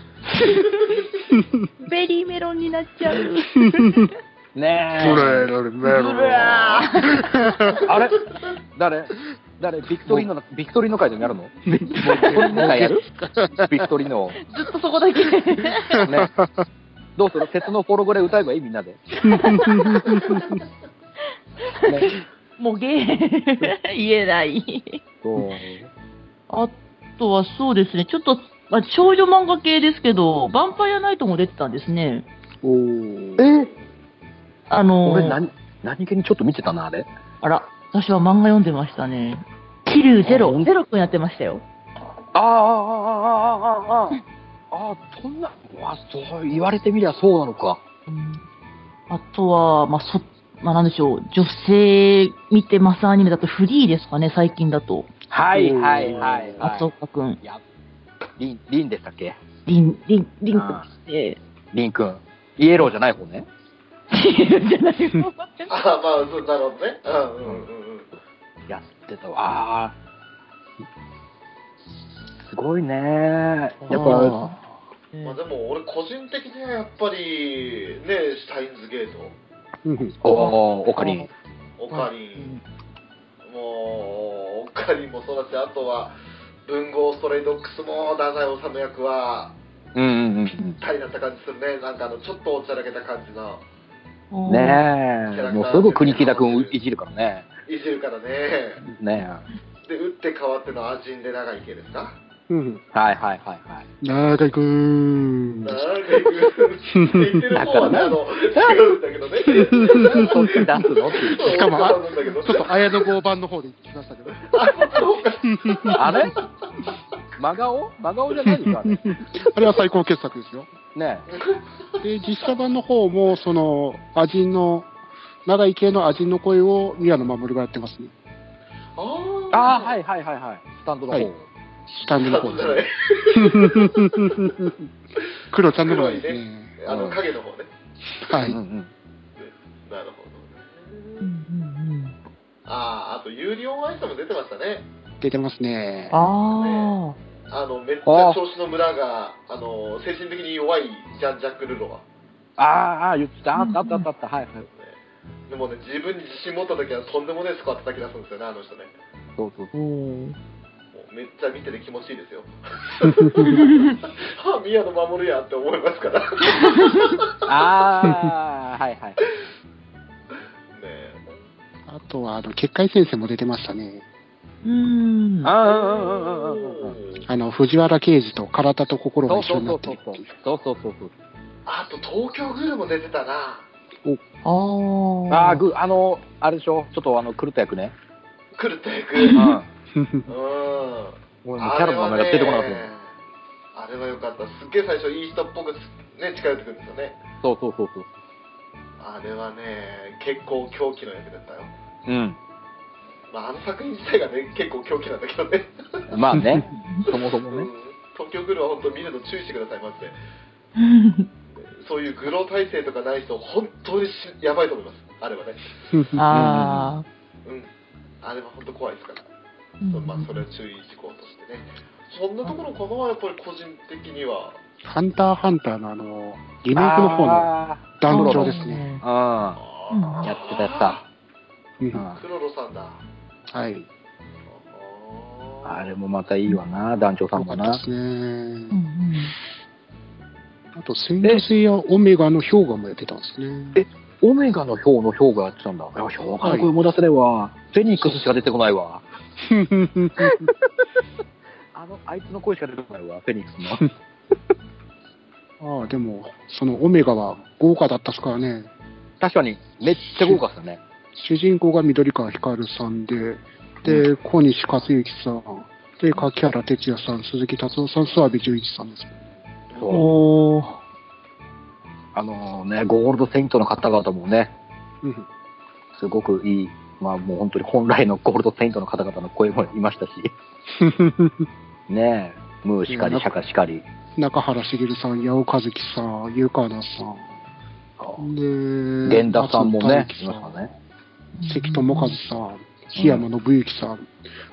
ベリーメロンになっちゃう。ねブレルメロン。あれ誰誰ビクトリーノの、ビクトリーノ会でもやるのビクトリーノ会やるビクトリーノ。ずっとそこだけ。ね。どうする鉄のフォログレ歌えばいいみん [laughs] なで。ね、もうゲー、 [laughs] 言えない。そう。あとはそうですね、ちょっと、まあ、少女漫画系ですけど、ヴァンパイアナイトも出てたんですね。おうえあの、俺何、何気にちょっと見てたな、あれ。あら、私は漫画読んでましたね。キリュウゼあほロ、んゼロくんやってましたよ。ああ、ああ、ああ、ああ、ああ、そんな、あそう言われてみりゃそうなのか。うんあとは、まあ、そ、まあ、なんでしょう、女性見てますアニメだとフリーですかね、最近だと。はいはいはいはい。松岡くん、いや、リン、リンでしたっけリン、リン、リンあくんして、リン君。イエローじゃない方ね。じゃないよ。あまあ、そうなるほどね。うんうんうんうん。やってたわ。あーすごいね。やっぱ、あまあでも俺個人的にはやっぱりねシュタインズゲートーうんおお、オカリン。オカリン、もうオカリンもそうだしあとは文豪ストレイドックスも太宰治の役はうんうんタイだった感じするねなんかあのちょっとおちゃらけた感じのうん。ねえ、もうすぐ国木田君をいじるからね。いじるからねねで打って変わってのアジンで長い系ですかうんえ。はいはいはいはい。長いくーん長い系言ってる方はねあの違うんだけ [laughs] どねそっち出すのっていう。しかもそうそうなんだけどちょっと綾野剛版の方で行きましたけどあれ真顔真顔じゃないからね。あれは最高傑作ですよねで実写版の方もそのアジンの長い系のアジンの声を宮野真守がやってますねえ。あああ、はいはいはいはい。スタンドの方。はいスタンドのあ方でじすゃないね黒ちゃんの方です黒いねあの影の方ねはういんうん。なるほどね。ああ、あと、有料アイスも出てましたね。出てますねああの、めっちゃ調子の村が、あの、精神的に弱いジャン・ジャック・ルロワ。ああ、ああ、言ってた。あったあったあったあった。はいはい。でもね、自分に自信持った時はとんでもねえスコア叩き出すんですよね、あの人ね。そうそう。あ。おもうめっちゃ見てて気持ちいい [laughs] ですよ。はあ、宮野守るやって思いますから。ねああ、はいはい。えあとはあの結界先生も出てましたねうん。ああ、うんうんうんうんうん。あの藤原刑事と体と心がそうそう一緒にそなっうてそうるそうっていう。そうそうそうそう。あと、東京グルも出てたな。あああ、。ぐ、あの、あれでしょちょっとあの、狂った役ね。来るっていく。ううん。ん。うん俺もうキャラの名前が出てこなかったあれはねよ。あれは良かったすっげえ最初いい人っぽくつね近寄ってくるんですよねそうそうそうそう。あれはね結構狂気の役だったよ、うん。まあ、あの作品自体がね結構狂気なんだけどねまあ [laughs] ね。そもそうもんね。東京グルは本当見るの注意してくださいマジでそういうグロ体制とかない人本当にしやばいと思いますあれはね [laughs] ああ。うんあれは本当怖いですから、うんまあそれは注意事項としてねそんなところかなやっぱり個人的には [laughs] ハンターハンターのあのリメイクの方のあ団長ですね。あ。うんやってたやったううんんクロロさんだはいあれもまたいいわな、団長さんも良かなっ。たですうね。んあと、水魚水やオメガの氷河もやってたんですね。オメガの氷の氷河やってたんだ。いや、氷河の声も出せねえわ。フェニックスしか出てこないわ。あの、あいつの声しか出てこないわ、フェニックスの。 [laughs] ああ、でも、そのオメガは豪華だったっすからね。確かに、めっちゃ豪華っすよね。主人公が緑川光さんで、で、小西克幸さん、で、柿原哲也さん、鈴木達夫さん、諏訪部純一さんです。うん。そう。おお。あのね、ゴールドセイントの方々もね、うん。すごくいい。まあもう本当に本来のゴールドセイントの方々の声もいましたし。ねえ、ムーしかり、シャカしかり。中原茂さん、八尾和樹さん、湯川那さん、で、源田さんもね松、いまし本大輝たね。関智和さん、檜山信之さん、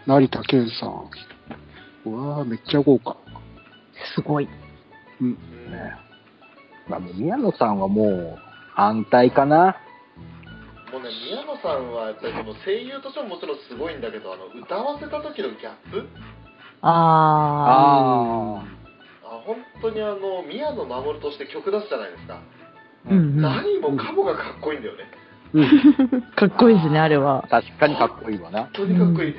成田健さん。うわあめっちゃ豪華。すごい。うん。ねまあ、もう宮野さんはもう安泰かな。もうね、宮野さんはやっぱりその声優としてももちろんすごいんだけどあの歌わせた時のギャップああ。ああ本当にあの宮野真守として曲出すじゃないですか、うんうん。何もかもがかっこいいんだよねかっこいいですね、あれはあ、。確かにかっこいいわな。本当にかっこいい、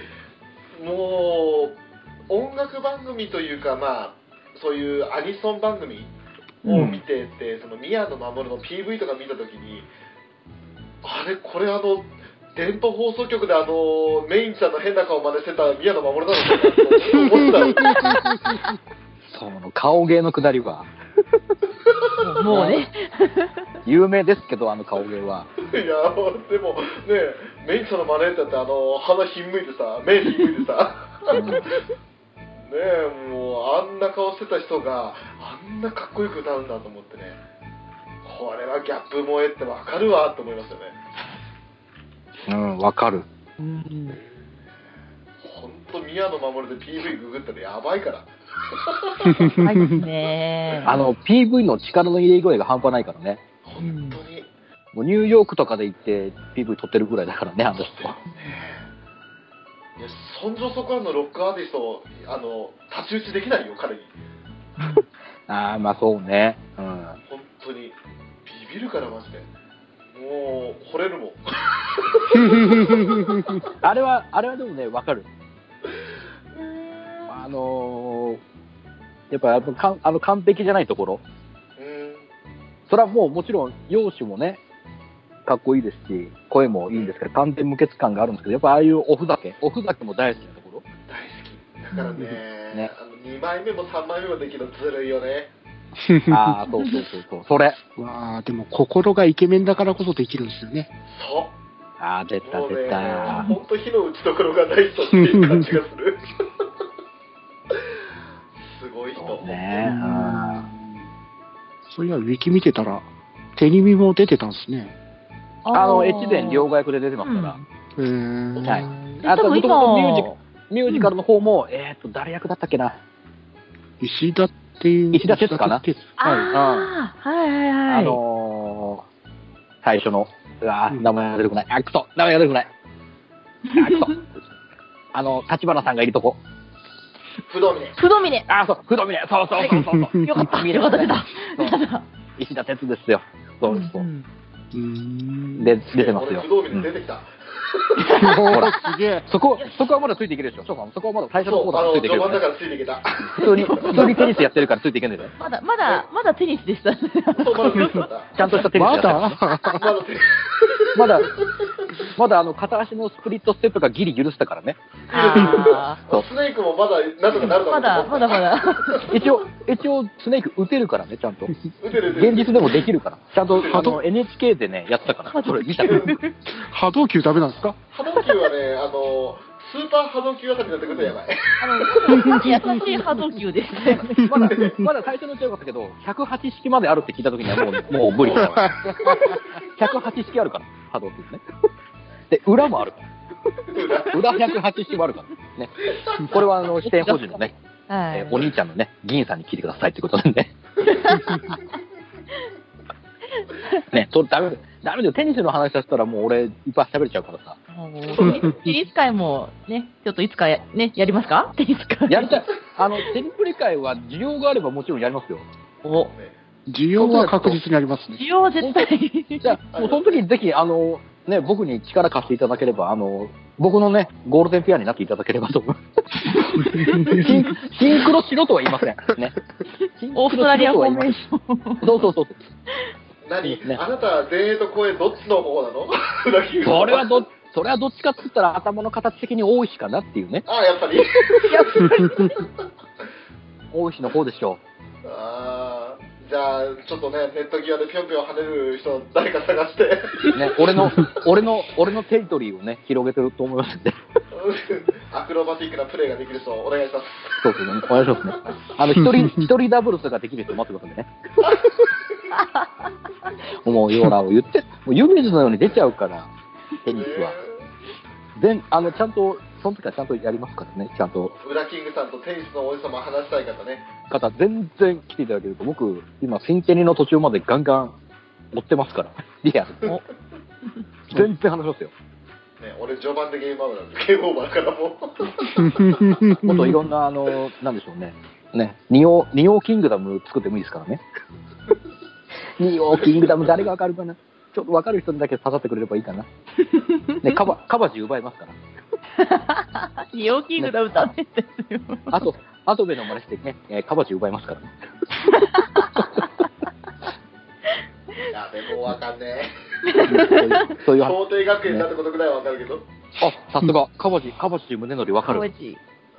もう音楽番組というかまあそういうアニソン番組を見てて、その宮野真守の PV とか見た時にあれこれあの電波放送局であのメインちゃんの変な顔真似してた宮野真守なのかなと思ったのその顔芸のくだりは、もうね。 [laughs] 有名ですけど、あの顔芸は。 [laughs] いやでもねメインさんのマネージャーってあの鼻ひんむいてさ目ひんむいてさ [laughs] ねえもうあんな顔してた人があんなかっこよくなるんだと思ってねこれはギャップ萌えってわかるわと思いますよねうん、わかる。うん本当宮野真守で PV ググったらやばいから怖いですね。あの、PV の力の入れ具合が半端ないからね。本当に、もうニューヨークとかで行って PV 撮ってるぐらいだからね、あの人は。いやそんじょそこらのロックアーティストをあの太刀打ちできないよ彼にああ、まあそうね。うん。本当にビビるからマジでもう惚れるもんあれは、あれはでもね、わかる。あのーやっぱやっぱかんあの完璧じゃないところ。うんそれはもうもちろん、容姿もね、かっこいいですし、声もいいんですけど、完全無欠感があるんですけど、やっぱああいうおふざけ、おふざけも大好きなところ。大好きだからね [laughs] ねあの2枚目も3枚目もできるのずるいよねああ、そうそうそうそう、それ。 [laughs] まあ、でも心がイケメンだからこそできるんですよね。そああ、出うたもう出ねた。本当火の打ちどころがない人っていう感じがす [laughs] るすごい人そうね。うんそういや、ウィキ見てたら、手に身も出てたんですね。あの、越前両方替役で出てますから。へーはいああとと、ももと今もとミュージミュージカルの方も、えーっと、誰役だったっけな。石田っていう。石田哲かな石田哲ああ、はいはいはい。あのー、最初の、うわーうん名前が出てこない。あ、くそ、名前が出てこない。あ、くそ。あの、立花さんがいるとこ。不動峰不動峰。あ、そう、不動峰。そうそうそうそうそう。よかった。見よれかまっしたねた出た。出た。石田哲ですよ。そうそう。んうーん。で、出てますよ俺。不動峰うん出てきた、ほら、すげえ。そこ、そこはまだついていけるでしょ。翔さんそこはまだ最初のそ方うだあからつのいていけ序るよ盤ね、だからついていけた [laughs] 普通に、普通にテニスやってるからついていけんだよね。まだまだまだテニスでしたね。そうまだ出て [laughs] きたちゃんとしたテニスやまってる、ね。だまだ出てきまだ、まだあの、片足のスプリットステップがギリ許したからね。 [laughs] あたスネークもまだなんとかなるーかまなだと思まっただまだ。一応、一応、スネーク打てるからね、ちゃんと。打てる打てる現実でもできるから。ちゃんと、あの、NHK でね、やってたから。それ [laughs] 見たから。波動球ダメなんですか波動球は [laughs] ね、あの、スーパー波動球あたりになってくるとやばい。あの優しい波動球でしたよね。まだ、まだ最初のうちはよかったけど、108式まであるって聞いた時にはもう、もう [laughs] 無理だわ。108式あるから、波動球ね。で、裏もあるから。裏108式もあるから。ね。これはあ [laughs] の、視点保持のね、はえいー。お兄ちゃんのね、銀さんに聞いてくださいってことで [laughs] ね。ね、とダメだよ。ダメだよ。テニスの話させたらもう俺、いっぱい喋れちゃうからさ。テニス会もね、ちょっといつかや,、ね、やりますかテニス会。やりたい。あの、テニプリ会は需要があればもちろんやりますよ。お需要は確実にありますね。需要は絶対。 [laughs] じゃあ、もうその時にぜひ、あの、ね、僕に力貸していただければ、あの、僕のね、ゴールデンペアになっていただければと思います。 [laughs] シンシンクロしろとは言いません。ね。シンオークスロトラしリろアとフはォー言いませんメーション。そうそうそう。何、ねあなたは前衛と後衛どっちの方なの [laughs] 裏切りそれはど、それはどっちかっつったら頭の形的に大石かなっていう [laughs] ね。ああ、やっぱり。 [laughs] 大石の方でしょああ、じゃあ、ちょっとね、ネット際でぴょんぴょん跳ねる人、誰か探して。う。ね、俺の、俺の、俺のテリトリーをね、広げてると思いますんで。 [laughs] アクロバティックなプレーができる人、お願いします。そうですね。お願いしますね。あの、一人、一人ダブルスができる人待ってますんでね。 [laughs] もう、ヨーラを言って、もう湯水のように出ちゃうから、テニスは。全、あの、ちゃんと、その時はちゃんとやりますからね、ちゃんと。えー裏キングさんとテニスの王子様話したい方ね。方、全然来ていただけると、僕、今、新テニの途中までガンガン持ってますから、リアル。お全然話しますよ。ね、俺、序盤でゲームオーバーなんで、ゲームオーバー [laughs] からもう。もっといろんな、あの、なんでしょうね。ね、ニオ、ニオキングダム作ってもいいですから [laughs] ね。ニオキングダム誰がわかるかなちょっとわかる人にだけ刺さってくれればいいかな。ね、カバ、カバジ奪いますから。ニオキングダムダメですよ。あと、アトベの真似してね、えーカバジ奪いますからね。いや、でもわかんねそういう、そうえ。いう話。 [laughs] 法廷学園になってことぐらいはわかるけど。あ、さすが、カバジ、カバジ胸のりわかコーる。チ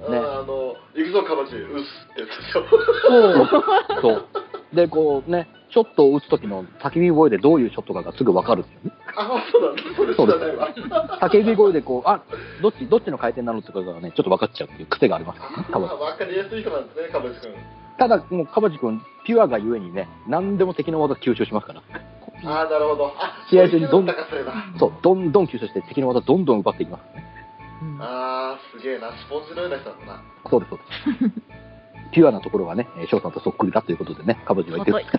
うんあの、行くぞ、カバチ、うっすってやつでしょ。そう。そう。で、こうね、ショットを打つ時の叫び声でどういうショットかがすぐわかるんですよね。あ、そうなんだ。それ知らないわ。叫び声でこう、あ、どっち、どっちの回転なのとかがね、ちょっと分かっちゃうっていう癖がありますからね、あカバジ。わかりやすい人なんですね、カブチ君。ただ、もう、かばじくん、ピュアがゆえにね、何でも敵の技吸収しますから。ああ、なるほど。あ、試合中にどどんんだかそれだ。そう、どんどん吸収して敵の技どんどん奪っていきます。ああ、すげえな。スポンジのような人なんだな。そうです、そう [laughs] です。ピュアなところがね、えー翔さんとそっくりだということでね、かばじは言ってるんですけ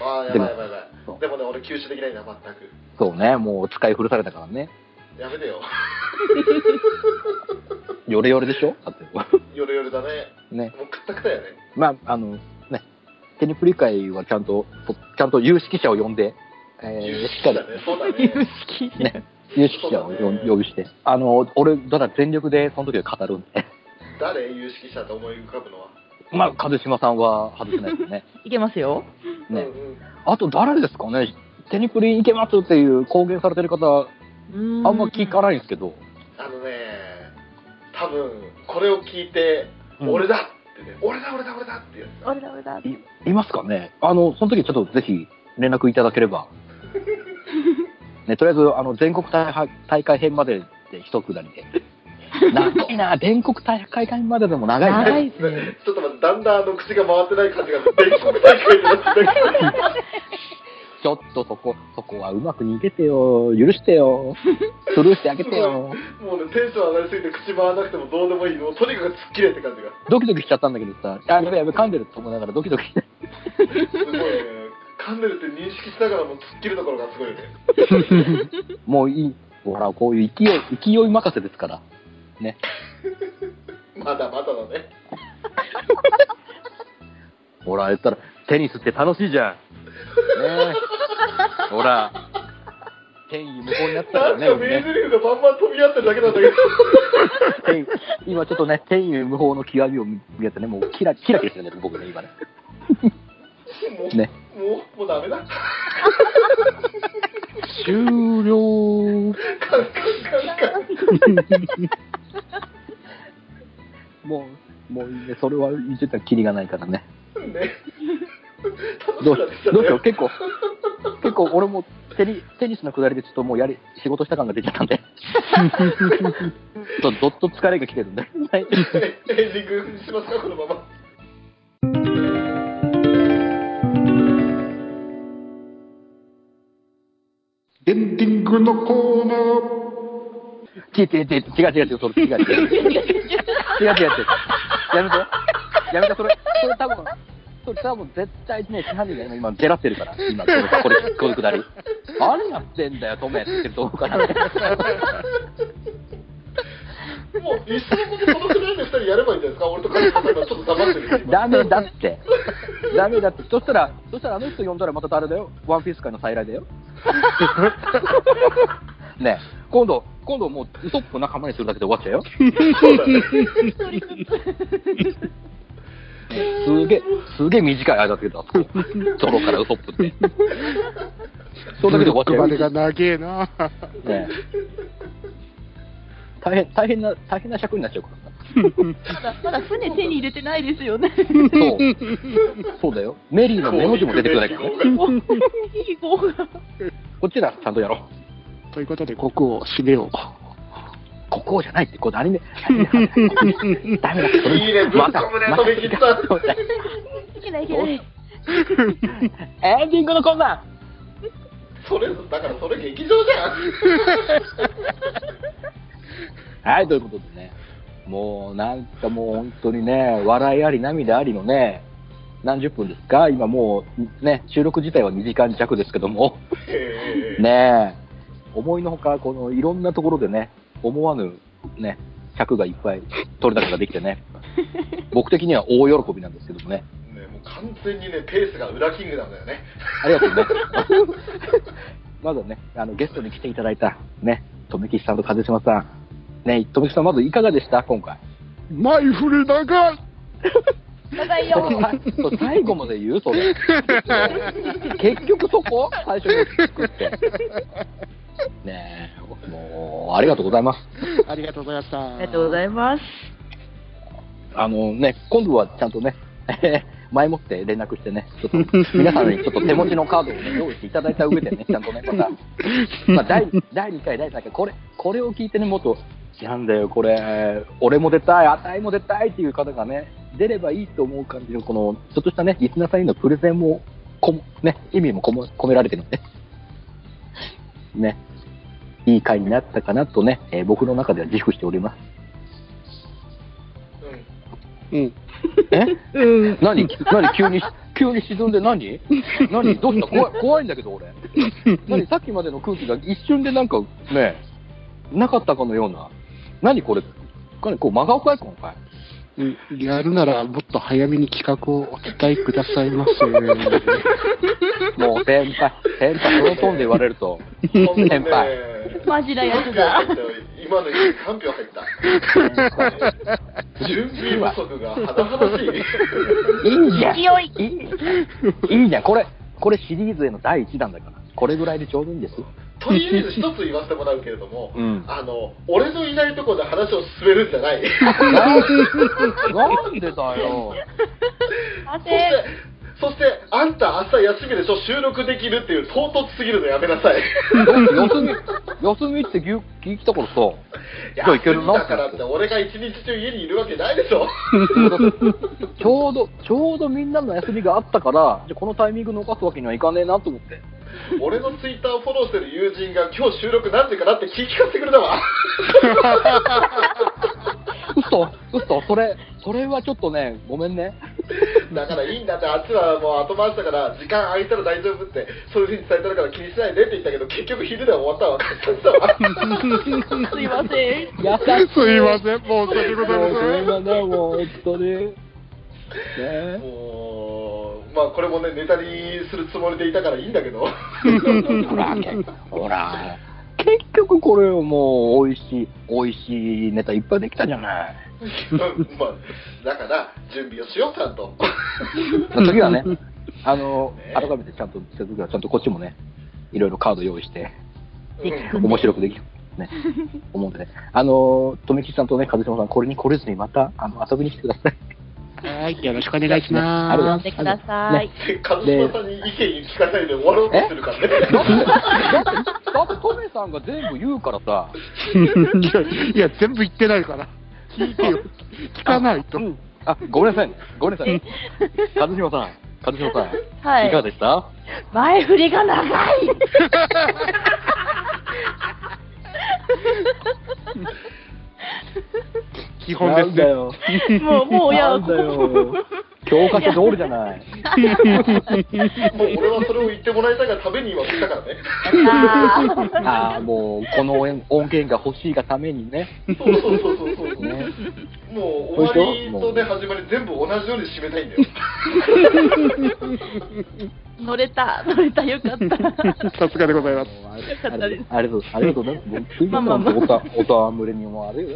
ど。ああ、やでばもいやばいやばそい。うでもね、俺吸収できないんだ、全く。 [laughs] そうね、もう使い古されたからね。やめてよ。ヨレヨレでしょだって。 [laughs] よるよるだね。ね。もうくったくたやね。まあ、あの、ね、テニプリ会はちゃんと、そちゃんと有識者を呼んで、えー有し識っか者りだね。そうだ有ね。識者ね、有識者をそうだね呼びして、あの、俺、ただ全力でその時は語るんで、誰有識者と思い浮かぶのは。まあ、一島さんは外せないです [laughs] ね。いけますよ。ねうんうん。あと誰ですかね、テニプリいけますっていう公言されてる方、あんま聞かないんですけど、あのね、多分これを聞いて、うん俺だってね、俺だ、俺だ、俺だってやつだ。俺だ俺だ。いいますかね、あの、その時ちょっとぜひ連絡いただければ、ね、とりあえずあの全国大会大会編までで一くだりで、 [laughs] 長いな、全国大会編まででも長いな。長いですね。ちょっと待って、だんだんあの口が回ってない感じが、全国大会になってきたけどちょっとそこ、そこはうまく逃げてよ。許して [laughs] よ。スルーしてあげてよ。もうね、テンション上がりすぎて口回らなくてもどうでもいい、もうとにかく突っ切れって感じが。ドキドキしちゃったんだけどさ、あ、やべやべ、噛んでると思いながらド [laughs] キドキして。すごいね、噛んでるって認識しながらも突っ切るところがすごいよね。もういい。ほら、こういう勢い、勢い任せですから。ね。まだまだだね。ほら、言ったら、テニスって楽しいじゃん。ねえほら、権威無効になったかならんねか、俺名ね台詞がバンバン飛び合ってるだけなんだけど。権威今ちょっとね、権威無法の極みを見見えてね、もうキラキラキラしてるんだよ、僕ね、今ね。もう、ねもう、もうダ [laughs] メだ。終了。カンカンカンカン。もう、もうね、それは言ってたらキリがないからね。ね。どうどうしよう、結構、結構俺もテニテニスの下りでちょっともうやり仕事した感が出ちゃったんで、ちょっとどっと疲れが来てるんで、はいエンディングしますか、このまま。エンディングのコーナ違う違う違う、違う違う違う、それ違う違う、違う違う違う、やめて、やめて、それ、それ多分それ多分絶対ね、市販人が今、今、ゲラってるから、今、これ、これ、この下り。何やってんだよ、トメって言ってると思うからね。もう、一生このこのくらいの二人やればいいんじゃないですか、俺とカリさんがちょっと黙ってる。 [laughs] ダメだって。ダメだって。そしたら、そしたらあの人呼んだらまた誰だよ。ワンピース界の再来だよ。ねえ今度、今度もうウソップ仲間にするだけで終わっちゃうよ。そうだね。すげえ、すげえ短い間だけど、あ [laughs] そこゾロからウソップって。ー。それだけで終わっちブロックゃまうでがよ。長えな。ねえ大変、大変な、大変な尺になっちゃうからさ。 [laughs] まだまだ船手に入れてないですよね。そう。そうだよ。メリーのメの字も出てくれないからね。いい号が。こっちだ、ちゃんとやろう。ということで、国王、締めよここじゃないって、こうア [laughs] ニメ、アニメ話だよう。ダメだ、それいいねぶっ込むね飛び切ったいけないいけない。エンディングのコーナそれ、だからそれ劇場じゃん。ーはい、ということでね、もうなんかもう本当にね、笑いあり、涙ありのね、何十分ですか、今もうね、収録自体は2時間弱ですけども、え [laughs] えねえ、思いのほか、このいろんなところでね、思わぬね、尺がいっぱい取れたができてね、僕的には大喜びなんですけどもね。ね、もう完全にね、ペースが裏キングなんだよね。ありがとうね。 [laughs] まずはね、あのゲストに来ていただいた、ね、富吉さんと風島さん。ね、富吉さん、まずいかがでした今回。マイフル長い長いそよう。 [laughs] そう最後まで言うそれ。結局そこ最初に作って。ねえ、もう、ありがとうございます。ありがとうございました。ありがとうございます。あのね、今度はちゃんとね、 [laughs] 前もって連絡してね、ちょっと皆さんにちょっと手持ちのカードを、ね、用意していただいた上でね、ちゃんとね、また、まあ、第第2回、第3回、これこれを聞いてね、もっと、なんだよ、これ、俺も出たい、あたいも出たいっていう方がね、出ればいいと思う感じの、この、ちょっとしたね、リスナーさんへのプレゼンも、こもね、意味もこも込められてるので、ね、いい回になったかなとね、えー僕の中では自負しております。うんうん。えうん。何何急に、急に沈んで何何どうした怖い怖いんだけど、俺。何さっきまでの空気が一瞬でなんかね、なかったかのような。何これ何こう真顔かい今回。うんやるならもっと早めに企画をお伝えくださいませ。もう先輩、先輩、そのトーンで言われると。 [laughs] 先輩。マジなやつだ。今のに3票入った。準備不足が甚だしい。いいじゃん。いいいいじゃん。これ、これシリーズへの第1弾だから。これぐらいでちょうどいいんですよ。とり [laughs] あえず一つ言わせてもらうけれども、うんあの俺のいないところで話を進めるんじゃない。なんでだよ。そし待て、そして、あんた明日休みでしょ、収録できるっていう唐突すぎるのやめなさい。休み、休みって聞聞いたからさ。じゃあいけるなだからって、俺が一日中家にいるわけないでしょ。ちょうど、ちょうどみんなの休みがあったから、じゃあこのタイミング逃すわけにはいかねえなと思って。俺のツイッターをフォローしてる友人が今日収録何時かなって聞き聞かせてくれたわ。 [laughs] 嘘嘘それ、それはちょっとね、ごめんね。だからいいんだって、あっちはもう後回しだから、時間空いたら大丈夫って、そういうふうに伝えたから気にしないでって言ったけど、結局昼では終わったわ。簡単だわすいません。優しい。 [laughs] すいません、申し訳ございもうません。ごめんね、もう、本当に。ねえもう、まあこれもね、ネタにするつもりでいたからいいんだけど。ほら、結ほら、結局これをもう、美味しい、美味しいネタいっぱいできたじゃない。まあ、だから、準備をしよう、ちゃんと。次 [laughs] はね、あのね、改めてちゃんと、次はちゃんとこっちもね、いろいろカード用意して。うん面白くできる。ね、思うんでね。あのー、富吉さんとね、風島さん、これに懲りずにまた、あの、遊びに来てください。はい、よろしくお願いしありがとうございまますす。てください。で一茂さんに意見聞かないで終わろうとするからね。だって、だって、だってトメさんが全部言うからさ。いや、いや全部言ってないから。聞いてよ。聞かないとう。んあ、ごめんなさいね。ごめんなさい。風島さん、風島さん、はいいかがでした前振りが長い。基本ですね。 [laughs] よ。もう、もう、いや、なんだよ。教科書通りじゃ [laughs] ない。もう俺はそれを言ってもらいたいがために今来たからね。あーああ、もう、この音音源が欲しいがためにね。そうそうそうそうそう。ねもう終わりとね、本当始まり全部同じように締めたいんだよ。乗れた、乗れた、よかった。さすがでございます。かったですありがとうありがとうございます。もうすいません、まあまあまおた、おたわむれにもあれよ。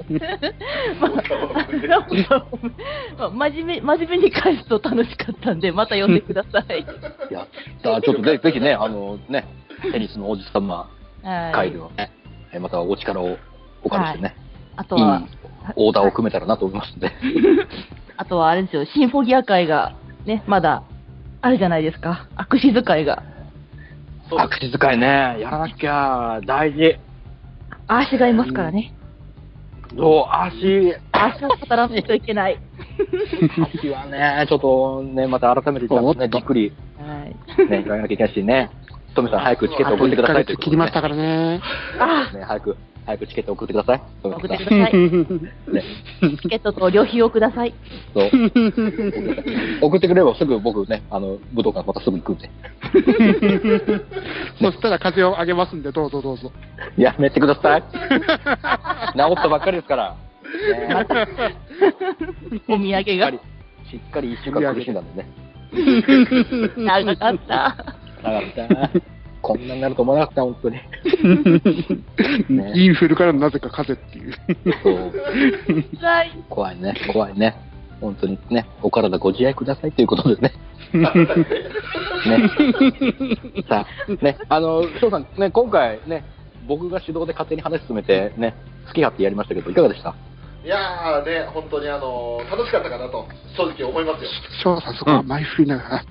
まあ、まあ真面目、真面目に返すと楽しかったんで、また呼んでください。やったちょっとぜぜひね、あのね、テニスの王子様は会いで。はね、えまたお力をお借りしてね、あとは、いいオーダーを組めたらなと思いますので、あとはあれですよ、シンフォギア会が、ね、まだ、あるじゃないですか。握手使いが。そう握手会ね、やらなきゃ大事。ああしがいますからね。どう、足、ああしを語らないといけない。足はね、ちょっとね、また改めてちゃんとね、じっくりはい。ね、いかなきゃいけないしね、トメさん早くチケットあ送とって1くだヶさいということ月切でりましたからね。 [laughs] あね、早く、早くチケット送ってください。トあ、メ送っさんてください。ねチケットと旅費をください。そう [laughs] 送ってくれればすぐ僕ね、あの、武道館またすぐ行 [laughs] くんで。そしたら風をあげますんで、どうぞどうぞ。やめてくださ [laughs] い。治ったばっかりですから。ねお土産が。しっかり一週間苦しんだんでね。長かった。なかった。こんなになると思わなかった、本当に。ね [laughs] インフルからのなぜか風って [laughs] いう。そう辛い。怖いね、怖いね。本当にね、お体ご自愛くださいということ [laughs] でね。ね。さあ、ね、あの、翔さん、ね、今回ね、僕が主導で勝手に話進めて、ね、好き勝手やりましたけど、いかがでしたいやーね、本当にあの楽しかったかなと、正直思いますよ。翔さん、そこは前振りながら。い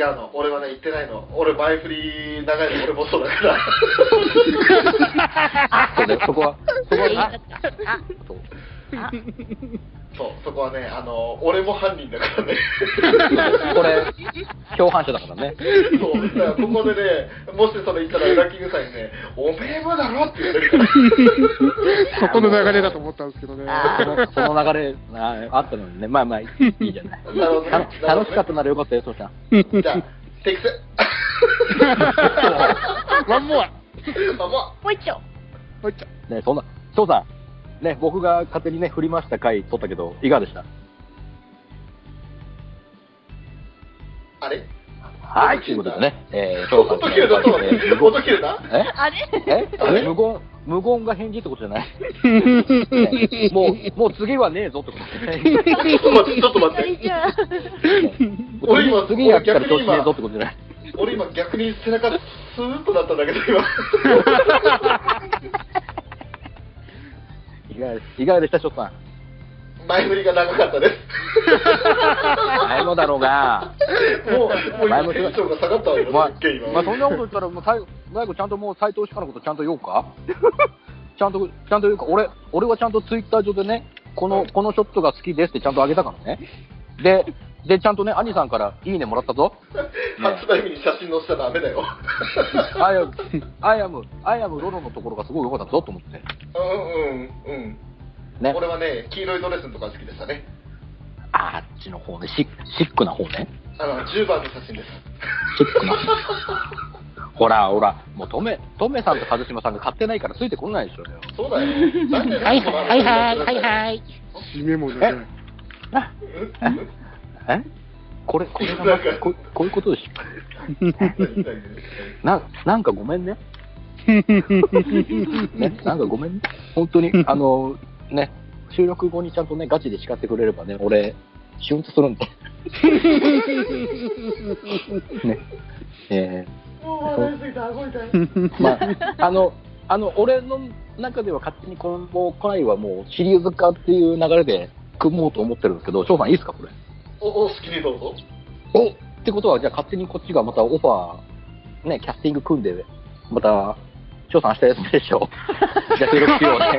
やー、違うの、俺はね、言ってないの。俺、前振り長いの、俺もそうだから。そこでそこは、そこは、そうあそう、そこはね、あの、俺も犯人だからね。これ、共犯者だからね。そう、だからここでね、もしそれ言ったら、裏キングさんにね、おめえもだろって言ってるから。そこの流れだと思ったんですけどね。このこの流れああったのにね、まあまあいいじゃない。なるほどねた楽しかったならよかったよ、そうちゃん。じゃあ、適正。ワンモア。まあまもう一丁。入った。ね、そんな、そうさん、ね、僕が勝手にね、振りました回撮ったけど、いかがでしたあ、あれはい、ということでね、えー、そうさん音切れた、音切れた。音切れたえあれえあれ無言、無言が返事ってことじゃない、ねもう、もう次はねえぞってことじゃない [laughs] ちょっと待って、ちょっと待って。じゃあ、俺今次やったら調子ねえぞってことじゃない俺今逆に背中スーッとなったんだけど今 [laughs] いかがいかがでした、ショットさん。前振りが長かったです前もだろうが。もうもう前今もテンションが下がったわよ、まあすっげえ今、まあ、そんなこと言ったら、もう最後、最後ちゃんともう斎藤鹿のことちゃんと言おうか。 [laughs] ちゃんと、ちゃんと言うか、俺、俺はちゃんとツイッター上でね、この、このショットが好きですってちゃんとあげたからね。で、で、ちゃんとね、兄さんからいいねもらった [laughs] ぞ。発売日に写真載せちゃダメだよアイアム、アイアム、アイアムロロのところがすごい良かったぞと思って。うんうんうんね。俺はね黄色いドレスのとか好きでしたねあっちの方ね、シックシックな方ね。あの10番の写真ですシックなほらほら、もうトメ、トメさんと一島さんが買ってないからついてこないでしょうよ。そうだよなんではいはいはいはいいはい。締めもね。あえこれ、これがまなんかこ、こういうことでしょ。な、なんかごめんね。ね、なんかごめんね。本当に、あの、ね、収録後にちゃんとね、ガチで叱ってくれればね、俺、シュンとするんで。ね。えもう笑いすぎて顎痛いー、 [laughs] まあ、あの、あの、俺の中では勝手にこの回はもうシリーズ化っていう流れで組もうと思ってるんですけど、翔さんいいですか、これ。おお好きにどうぞおってことは、じゃあ勝手にこっちがまたオファー、ね、キャスティング組んで、また、翔さん明日休みでしょ。じゃあ収録しようね。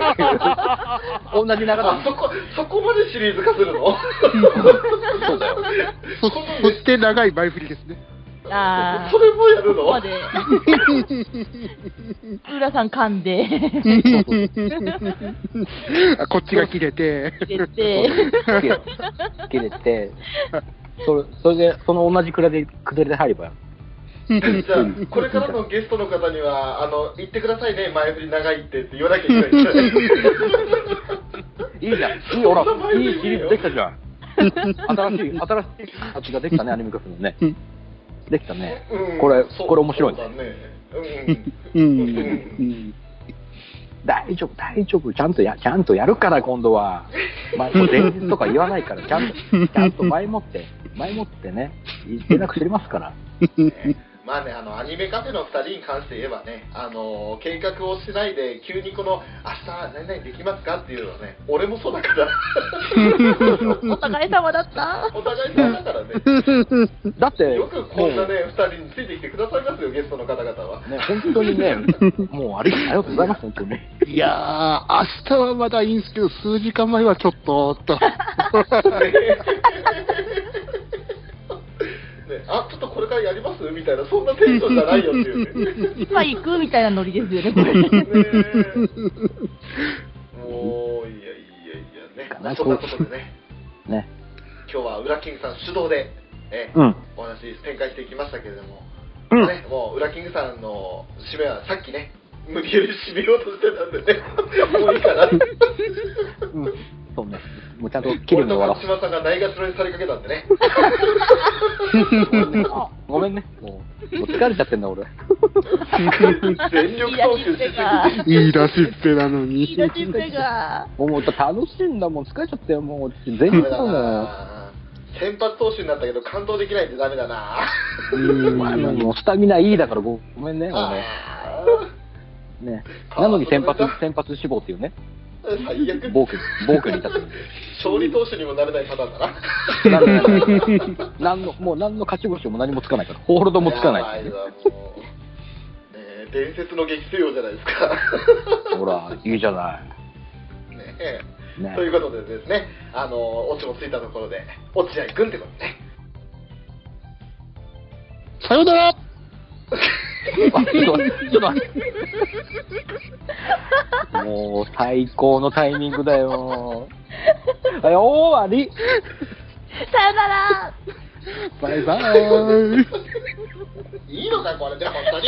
同じ流れ [laughs] あそこそこまでシリーズ化するのそうだよ。そそして長い前振りです [laughs] ね。あそれもやるここまので、 [laughs] 浦さん噛んで、あこっちが切れて。入 [laughs] れて、切れて、それそれで、その同じくらいで、くだりで入れば、じゃあ、これからのゲストの方には、あの、言ってくださいね、前振り長いってって言わなきゃいけないんだよね。いいじゃん。いい、ほら、いいシリーズできたじゃん。新しい、新しい形ができたね、アニメ化するのね。できたね。うんこれそうこれ面白いねそうだね。うんううんん。大丈夫、大丈夫、ちゃんとや、ちゃんとやるから、今度は。まあ、もう前日とか言わないから、ちゃんと、ちゃんと前もって、前もってね、連絡してますから。 [laughs] まあね、あの、アニメカフェの二人に関して言えばね、あの、計画をしないで、急にこの、明日、何々できますかっていうのはね、俺もそうだ [laughs] から、お互い様 [laughs] だった。お互いそうだからね、だって、よくこんなもね、二人についてきてくださいますよ、ゲストの方々は。うね、本当にね、もうありありがとうございます、本当に。いやー、明日はまだいいんですけど、数時間前はちょっと、 [laughs] と。 [laughs] ね、あ、ちょっとこれからやりますみたいな、そんなテンションじゃないよって [laughs] いうね。今行くみたいなノリですよね、こねれ。えもういやいやいやねそんなことでねね。今日は裏キングさん主導で、えうん。お話展開していきましたけれども、うんね、もう裏キングさんの締めはさっきね無理やり締めようとしてたんで [laughs] ねもういいかなうんそうね。もうちゃんと綺麗俺に終とわろ勝島さんがないがしろにされかけたん [laughs] でねう。ごめんね。もう、もう疲れちゃってんだ、俺。全力投球しすぎていい出しっぺなのに。いい出しっぺが。もう、もう楽しいんだ、もう疲れちゃったよ、もう。全ダメ然だだも。な先発投手になったけど完投できないってダメだなうんまあ、もうスタミナいいだからごごめんね、俺。あね。なのに先発、先発志望っていうね。 [laughs] ー最悪暴挙、暴挙に立つ。勝利投手にもなれないパターンだな。なんでなんでなんの、もう何の勝ち星も何もつかないから、ホールドもつかない。やばわもうねえ伝説の激戦王じゃないですか。ほら、いいじゃない。 [laughs] ねえねということでですね、あの、オチもついたところで、落合くんってことね。さよならあちょっと待ってちょっと待ってもう最高のタイミングだよ。はい、終わりさよならバイバイいいのか、これで、本当に。